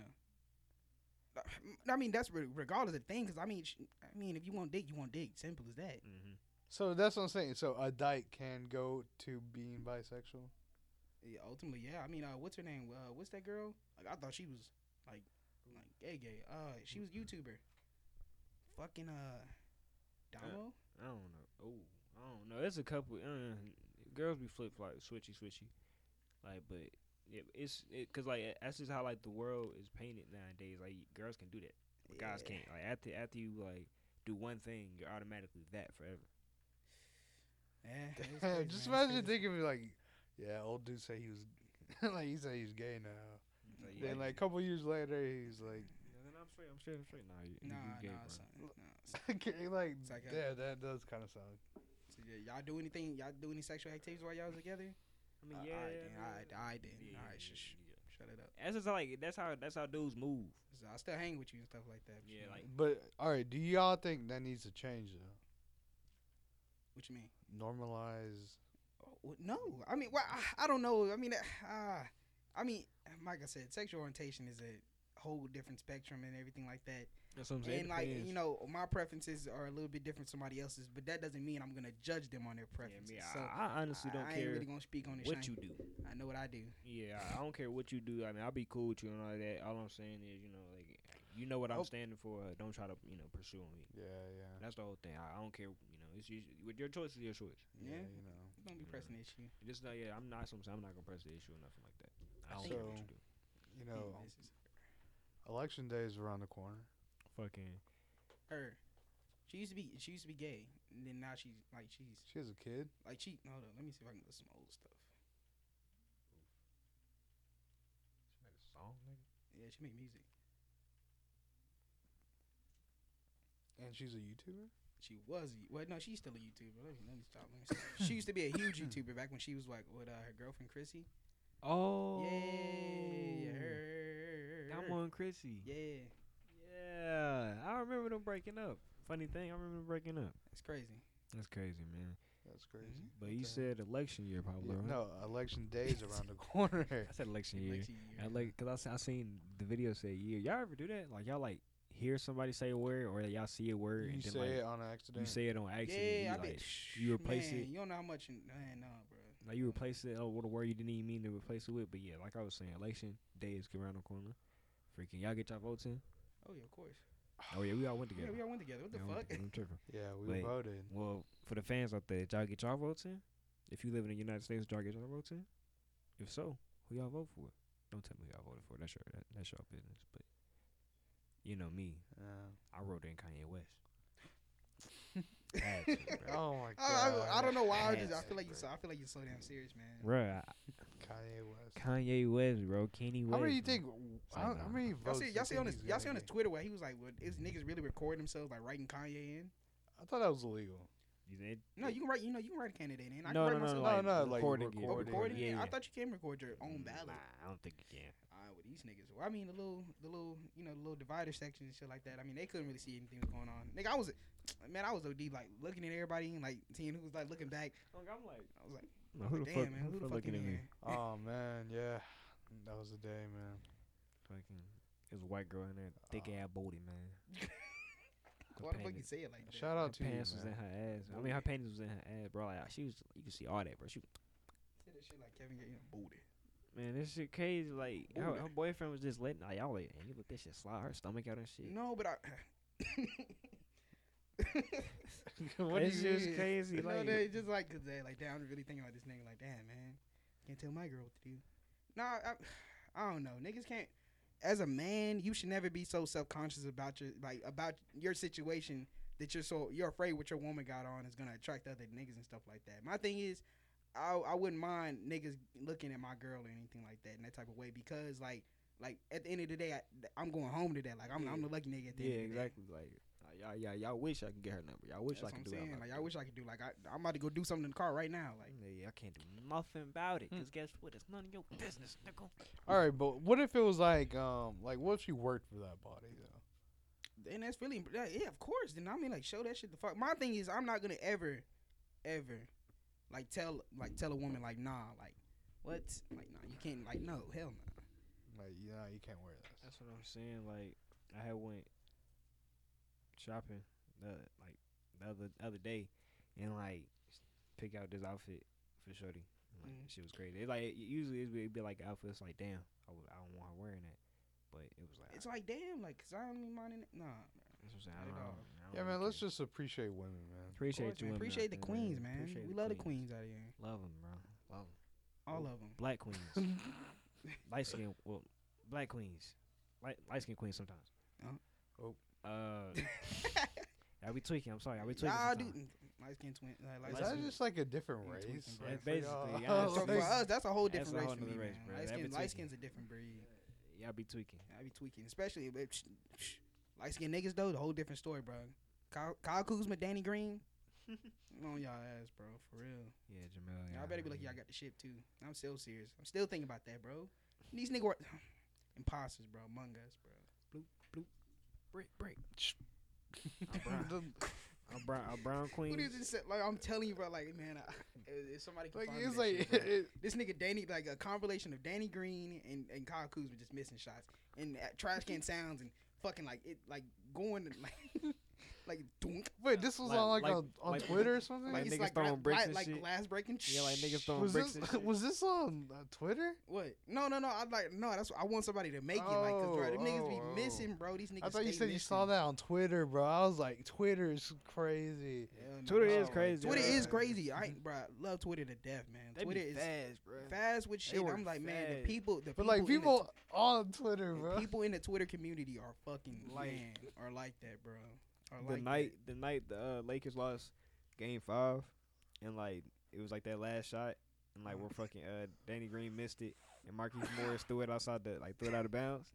C: I mean that's re- regardless of thing, 'cause I mean, sh- I mean if you want dick, you want dick. Simple as that.
B: Mm-hmm.
A: So that's what I'm saying. So a dyke can go to being bisexual.
C: Yeah, ultimately, yeah. I mean, uh, what's her name? Uh, what's that girl? Like, I thought she was like, like gay, gay. Uh, she was YouTuber. Fucking uh, Damo.
B: I don't know. Oh, I don't know. There's a couple. Uh, girls be flip flop, switchy, switchy. Like, but it, it's it, cause like that's just how like the world is painted nowadays. Like girls can do that, but guys
C: Yeah.
B: can't. Like after after you like do one thing, you're automatically that forever.
C: Yeah, it's crazy,
A: Just
C: man. It's
A: imagine
C: crazy.
A: thinking of like, yeah, old dude said he was, like he said he's gay now.
B: It's Like,
A: Then like a couple years later, he's like,
B: yeah, then I'm straight. I'm straight. I'm straight. Nah, you, you-
C: Nah,
B: you gay,
C: nah,
B: bro.
C: son. Nah, son.
A: okay, like,
C: It's like a-
A: yeah, that does kind of sound.
C: So, yeah, y'all do anything? Y'all do any sexual activities while y'all was together?
B: I mean,
C: Uh,
B: yeah.
C: all right,
B: yeah,
C: then.
B: yeah,
C: All right,
B: yeah.
C: all right, then.
B: Yeah,
C: all right,
B: yeah,
C: shush,
B: yeah, yeah.
C: shut it up.
B: That's just like that's how that's how dudes move.
C: So I still hang with you and stuff like that. but
B: Yeah,
C: you know,
B: like-
A: But all right, do y'all think that needs to change though?
C: what you mean?
A: Normalize.
C: Oh, well, No, I mean, well, I, I don't know. I mean, uh, I mean, like I said, sexual orientation is a whole different spectrum and everything like that.
B: That's what I'm saying.
C: and
B: It
C: like
B: depends.
C: you know my preferences are a little bit different from somebody else's but that doesn't mean i'm gonna judge them on their preferences
B: Yeah, me,
C: so
B: I, I honestly don't
C: I, I
B: care
C: ain't really gonna speak on this
B: what
C: shit.
B: you do.
C: i know what i do
B: Yeah, I- I don't care what you do. I mean, I'll be cool with you and all that. All I'm saying is, you know, like you know what I'm
A: Oh.
B: standing for. Don't try to, you know, pursue me.
A: Yeah, yeah.
B: That's the whole thing. I, I don't care. You know, it's usually, with your choice is your choice.
A: Yeah,
C: Yeah.
A: you know.
C: don't be
B: Yeah.
C: pressing this issue
B: And Just like yeah, I'm not. I'm not gonna press the issue or nothing like that. I don't
A: think-
B: care what you
A: So-
B: do.
A: You know, election day is around the corner.
B: Fucking
C: her she used to be she used to be gay and then now she's like she's
A: She has a kid.
C: like she hold on let me see if i can listen to some old stuff
B: song, nigga.
C: yeah she make music
A: And she's a YouTuber?
C: she was a- well no she's still a youtuber let me, let me stop let me stop. she used to be a huge youtuber back when she was like with uh, her girlfriend chrissy
B: Oh,
C: yeah her,
B: That one, Chrissy. Yeah.
C: yeah
B: I remember them breaking up. Funny thing, I remember them breaking up.
C: it's crazy
B: That's crazy, man.
A: That's crazy.
C: Mhm.
B: But
A: What
B: you
A: the
B: said election year,
A: heck? Yeah,
B: Pablo. right?
A: no, election day is around the corner.
B: I said election year.
C: Like, she-
B: I like because I, se- I seen the video say year. Y'all ever do that? Like y'all like hear somebody say a word or y'all see a word
A: You
B: and then
A: say
B: like
A: it on accident.
B: you say it on accident.
C: yeah,
B: you
C: I
B: like,
C: bet.
B: you replace
C: man,
B: it.
C: You don't know how much. you- Man, nah, bro.
B: Like you replace it uh, with a word you didn't even mean to replace it with. But yeah, like I was saying, election day is around the corner. Freaking y'all get y'all votes in.
C: Oh yeah, of course.
B: Oh yeah, we all went
C: Yeah,
B: together.
C: we all went together. What the
B: Yeah, we went
C: fuck?
B: together. I'm tripping.
A: yeah, we
B: Wait.
A: voted.
B: Well, for the fans out there, did y'all get y'all votes in? If you live in the United States, did y'all get y'all votes in? If so, who y'all vote for? Don't tell me who y'all voted for. That's your that, that's your business. But you know me, I wrote in Kanye West. Had to, bro.
A: oh my
C: I,
A: god.
C: I, I don't know why. I,
B: Ass,
C: just, I feel like you.
A: bro.
C: So, I feel like you're so damn serious, man.
B: Bruh, I-
A: Kanye West.
B: Kanye West, bro. Kanye West.
A: How many you
B: bro.
A: think? How, how
B: nah.
A: many
C: Y'all
A: votes?
C: see,
A: you
C: y'all see
A: think
C: on his,
A: he's
C: y'all see on
A: gonna
C: his Twitter where he was like, "What is niggas really recording themselves like writing Kanye in?"
A: get? I thought that was illegal.
B: You think?
C: No, you can write. You know, you can write a candidate in. I
B: no,
C: can
B: no, no,
C: write myself.
A: like,
B: like,
A: no, like,
B: recording, it,
A: recording.
C: recording
B: Yeah,
C: it.
B: yeah. Mm,
C: I thought you can record your own ballot.
B: Nah, I don't think you can.
C: I with these niggas. Well, I mean, the little, the little, you know, the little divider sections and shit like that. I mean, they couldn't really see anything was going on. Nigga, I was, man, I was OD like looking at everybody and like seeing who was like looking back.
B: I'm like,
C: I was like,
B: no, who the
C: damn,
B: fuck?
C: man, who the fuck
B: looking
C: in
B: at me?
C: here?
A: Oh man, yeah, that was the day, man.
B: Fucking, there's a white girl in there, thick
A: Oh.
B: ass booty, man. Her
C: Why the fuck you
B: panties-
C: say it like that?
A: Shout out to
B: her
A: you,
B: pants was in
A: man.
B: her ass. I mean, her panties was in her ass, bro. Like she was, you can see all that, bro. She,
C: Say that shit like Kevin getting booted.
B: man, this shit crazy. Like her,
C: Ooh.
B: her boyfriend was just letting, like, y'all, like, and you let this shit slide her stomach out and shit.
C: No, but I.
A: what do
B: It's
A: you
B: just
A: mean?
B: crazy.
C: no,
B: Like,
C: they just like, cause they like, damn, I'm really thinking about this nigga. Like, damn, man, can't tell my girl what to do. Nah, I, I don't know. Niggas can't. As a man, you should never be so self conscious about your like about your situation that you're so you're afraid what your woman got on is gonna attract other niggas and stuff like that. My thing is, I I wouldn't mind niggas looking at my girl or anything like that in that type of way because like like at the end of the day, I, I'm going home today. Like I'm, I'm the lucky nigga at the
B: yeah,
C: end of the day.
B: exactly. Like, like, y'all, y'all, y'all wish I could get her number. Y'all wish
C: That's
B: I
C: what
B: could
C: I'm
B: do
C: saying.
B: it.
C: Like, I wish I could do like I, I'm about to go do something in the car right now. Like
B: Yeah, I can't do nothing about it.
A: Hmm.
B: Cause guess what? It's none of your business, nigga.
A: All right, but what if it was like, um, like what if she worked for that body though?
C: and that's really yeah, yeah, of course. Then I mean, like, show that shit the fuck. My thing is, I'm not gonna ever, ever, like tell like tell a woman like nah, like what, like nah, you can't like no, hell no.
A: Like, you know, you can't wear that.
B: That's what I'm saying. Like I had went shopping the like the other other day, and like pick out this outfit for Shorty. And, Like
C: Mhm.
B: she was crazy. It's like usually it'd be, it'd be like an outfit. It's like damn, I, w- I don't want her wearing that. But it was like
C: It's
B: I,
C: like damn, like, cause I don't even mind it. Nah,
B: that's what I'm saying. I
C: not
B: don't,
C: at
B: know.
C: all.
B: I don't
A: Yeah,
B: really
A: man. Let's
B: care.
A: just appreciate women, man.
B: appreciate
C: Of course,
B: you.
C: man.
B: women out
C: appreciate the
B: there,
C: queens,
B: man.
C: man.
B: Appreciate
C: we love the queens out here,
B: Love them, bro. Love 'em.
C: all of them.
B: Black queens, light skin. Well, black queens, light light skin queens sometimes.
C: Uh-huh.
A: Oh.
B: Uh, I be tweaking. I'm sorry. I be tweaking.
C: Nah,
B: sometimes.
C: dude, light skin twin. Like,
A: Is
C: light
B: Let's
A: that
C: skin.
B: do-
A: just like a different
C: Yeah,
A: race?
C: tweaking,
A: Like, for
B: bro. That's
A: y'all?
B: basically- yeah, that's
A: Like,
C: So for
B: basically-
C: us, that's a whole
B: that's
C: different
B: a
C: race
B: whole
C: for me,
B: nother race,
C: man.
B: bro.
C: Light
B: That be
C: skin, light
B: tweaking.
C: skin's a different breed.
B: Yeah, I be tweaking.
C: I be tweaking, especially if it- light skinned niggas though. The whole different story, bro. Kyle, Kyle Kuzma, Danny Green, I'm on y'all ass, bro. For real,
B: Yeah, Jamel.
C: y'all better be lucky y'all got the shit too. I'm still serious. I'm still thinking about that, bro. These niggas were imposters, bro. Among us, bro.
B: break, break. I'm brown. I'm brown. I'm brown
C: Who
B: queen.
C: did this? Like I'm telling you, bro. Like man, I, if, if somebody can
A: like
C: find me
A: it's
C: that
A: like
C: shit, bro.
A: it-
C: this nigga Danny, like a compilation of Danny Green and and Kyle Kuzma just missing shots and uh, trash can sounds and fucking like it like going and, like like dunk.
A: wait, this was
B: Like-
A: on like,
B: like-
A: on, on
B: like-
A: Twitter or something.
B: Like
C: it's
B: niggas throwing bricks
C: gla-
B: and
C: like
B: shit.
C: glass breaking.
B: Yeah, like niggas throwing
A: was
B: bricks
A: this
B: and shit.
A: was this on uh, Twitter?
C: What? No, no, no. I like no. That's I want somebody to make it. Like, cause bro, them
A: Oh,
C: niggas be
A: oh, oh.
C: missing, bro. These niggas.
A: I thought you
C: stay
A: said you saw
C: missing.
A: that on Twitter, bro. I was like, Twitter is crazy. Oh,
C: Hell no.
B: Twitter
A: is
B: is crazy.
A: crazy,
C: Twitter
A: Yeah.
C: is crazy. I ain't, bro. I love Twitter to death, man. Twitter is fast,
B: bro.
C: with
B: They
C: shit.
B: work
C: I'm like, man,
B: fast.
C: the people, the
A: But like
C: in the
A: people on Twitter,
C: The
A: bro.
C: people in the Twitter community are fucking
B: Like-
C: man, are like that, bro. Are
B: The
C: like that.
B: night, the night the uh, Lakers lost Game Five, and like it was like that last shot, and like we're fucking uh, Danny Green missed it, and Marquise Morris threw it outside the like threw it out of bounds.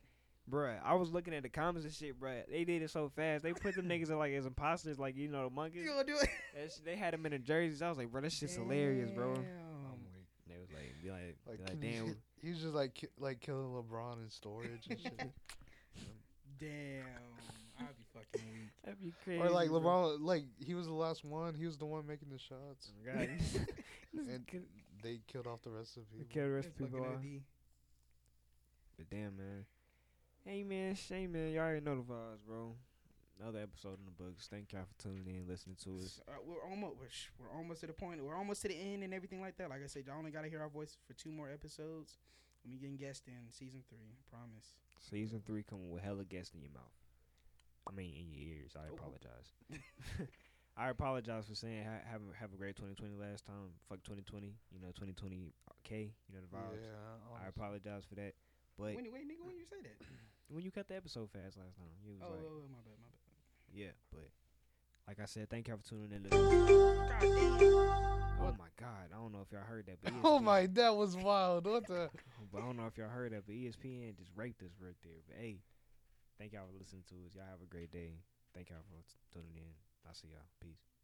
B: Bruh, I was looking at the comments and shit, bruh. They did it so fast. They put them niggas in, like as imposters, like you know the monkeys.
C: You gonna do it?
B: That shit, they had him in the jerseys. I was like, bro, that shit's hilarious, bro. And
A: Um,
C: Damn.
B: they was like, be like, be
A: Like,
B: like,
A: can you,
B: damn.
A: hit- he's just like ki- like killing LeBron in storage and shit.
C: Damn. I'll be fucking weak.
B: That'd be crazy.
A: or like
B: bro.
A: LeBron, like he was the last one. He was the one making the shots,
B: Oh my God. This
A: and
B: kid-
A: they killed off the rest of the
B: we
A: people.
B: killed the rest
C: That's
B: of people
C: fucking
B: off.
C: OD.
B: But damn, man. Hey man, Shay man, y'all already know the vibes, bro. Another episode in the books. Thank y'all for tuning in, listening to us.
C: S- uh, we're almost we're, sh- we're almost to the point. We're almost to the end and everything like that. Like I said, y'all only gotta hear our voice for two more episodes. And we getting guests in season three. I promise.
B: Season three coming with hella guests in your mouth. I mean, in your ears. I
C: Oh.
B: apologize. I apologize for saying ha- have a- have a great 2020 last time. Fuck 2020. You know 2020. Okay, you know the
A: Yeah,
B: vibes. I
A: honestly.
B: apologize for that. But
C: Wait, wait, nigga, when you say that?
B: when you cut the episode fast last time, you was
C: Oh,
B: like,
C: oh, oh, my bad, my bad.
B: yeah. But like I said, thank y'all for tuning in. Listen- Oh my God, I don't know if y'all heard that, but E
A: Oh
B: ESPN
A: my, that was wild. What the?
B: But I don't know if y'all heard that, but E ESPN just raped us right there. But hey, thank y'all for listening to us. Y'all have a great day. Thank y'all for tuning in. I'll see y'all. Peace.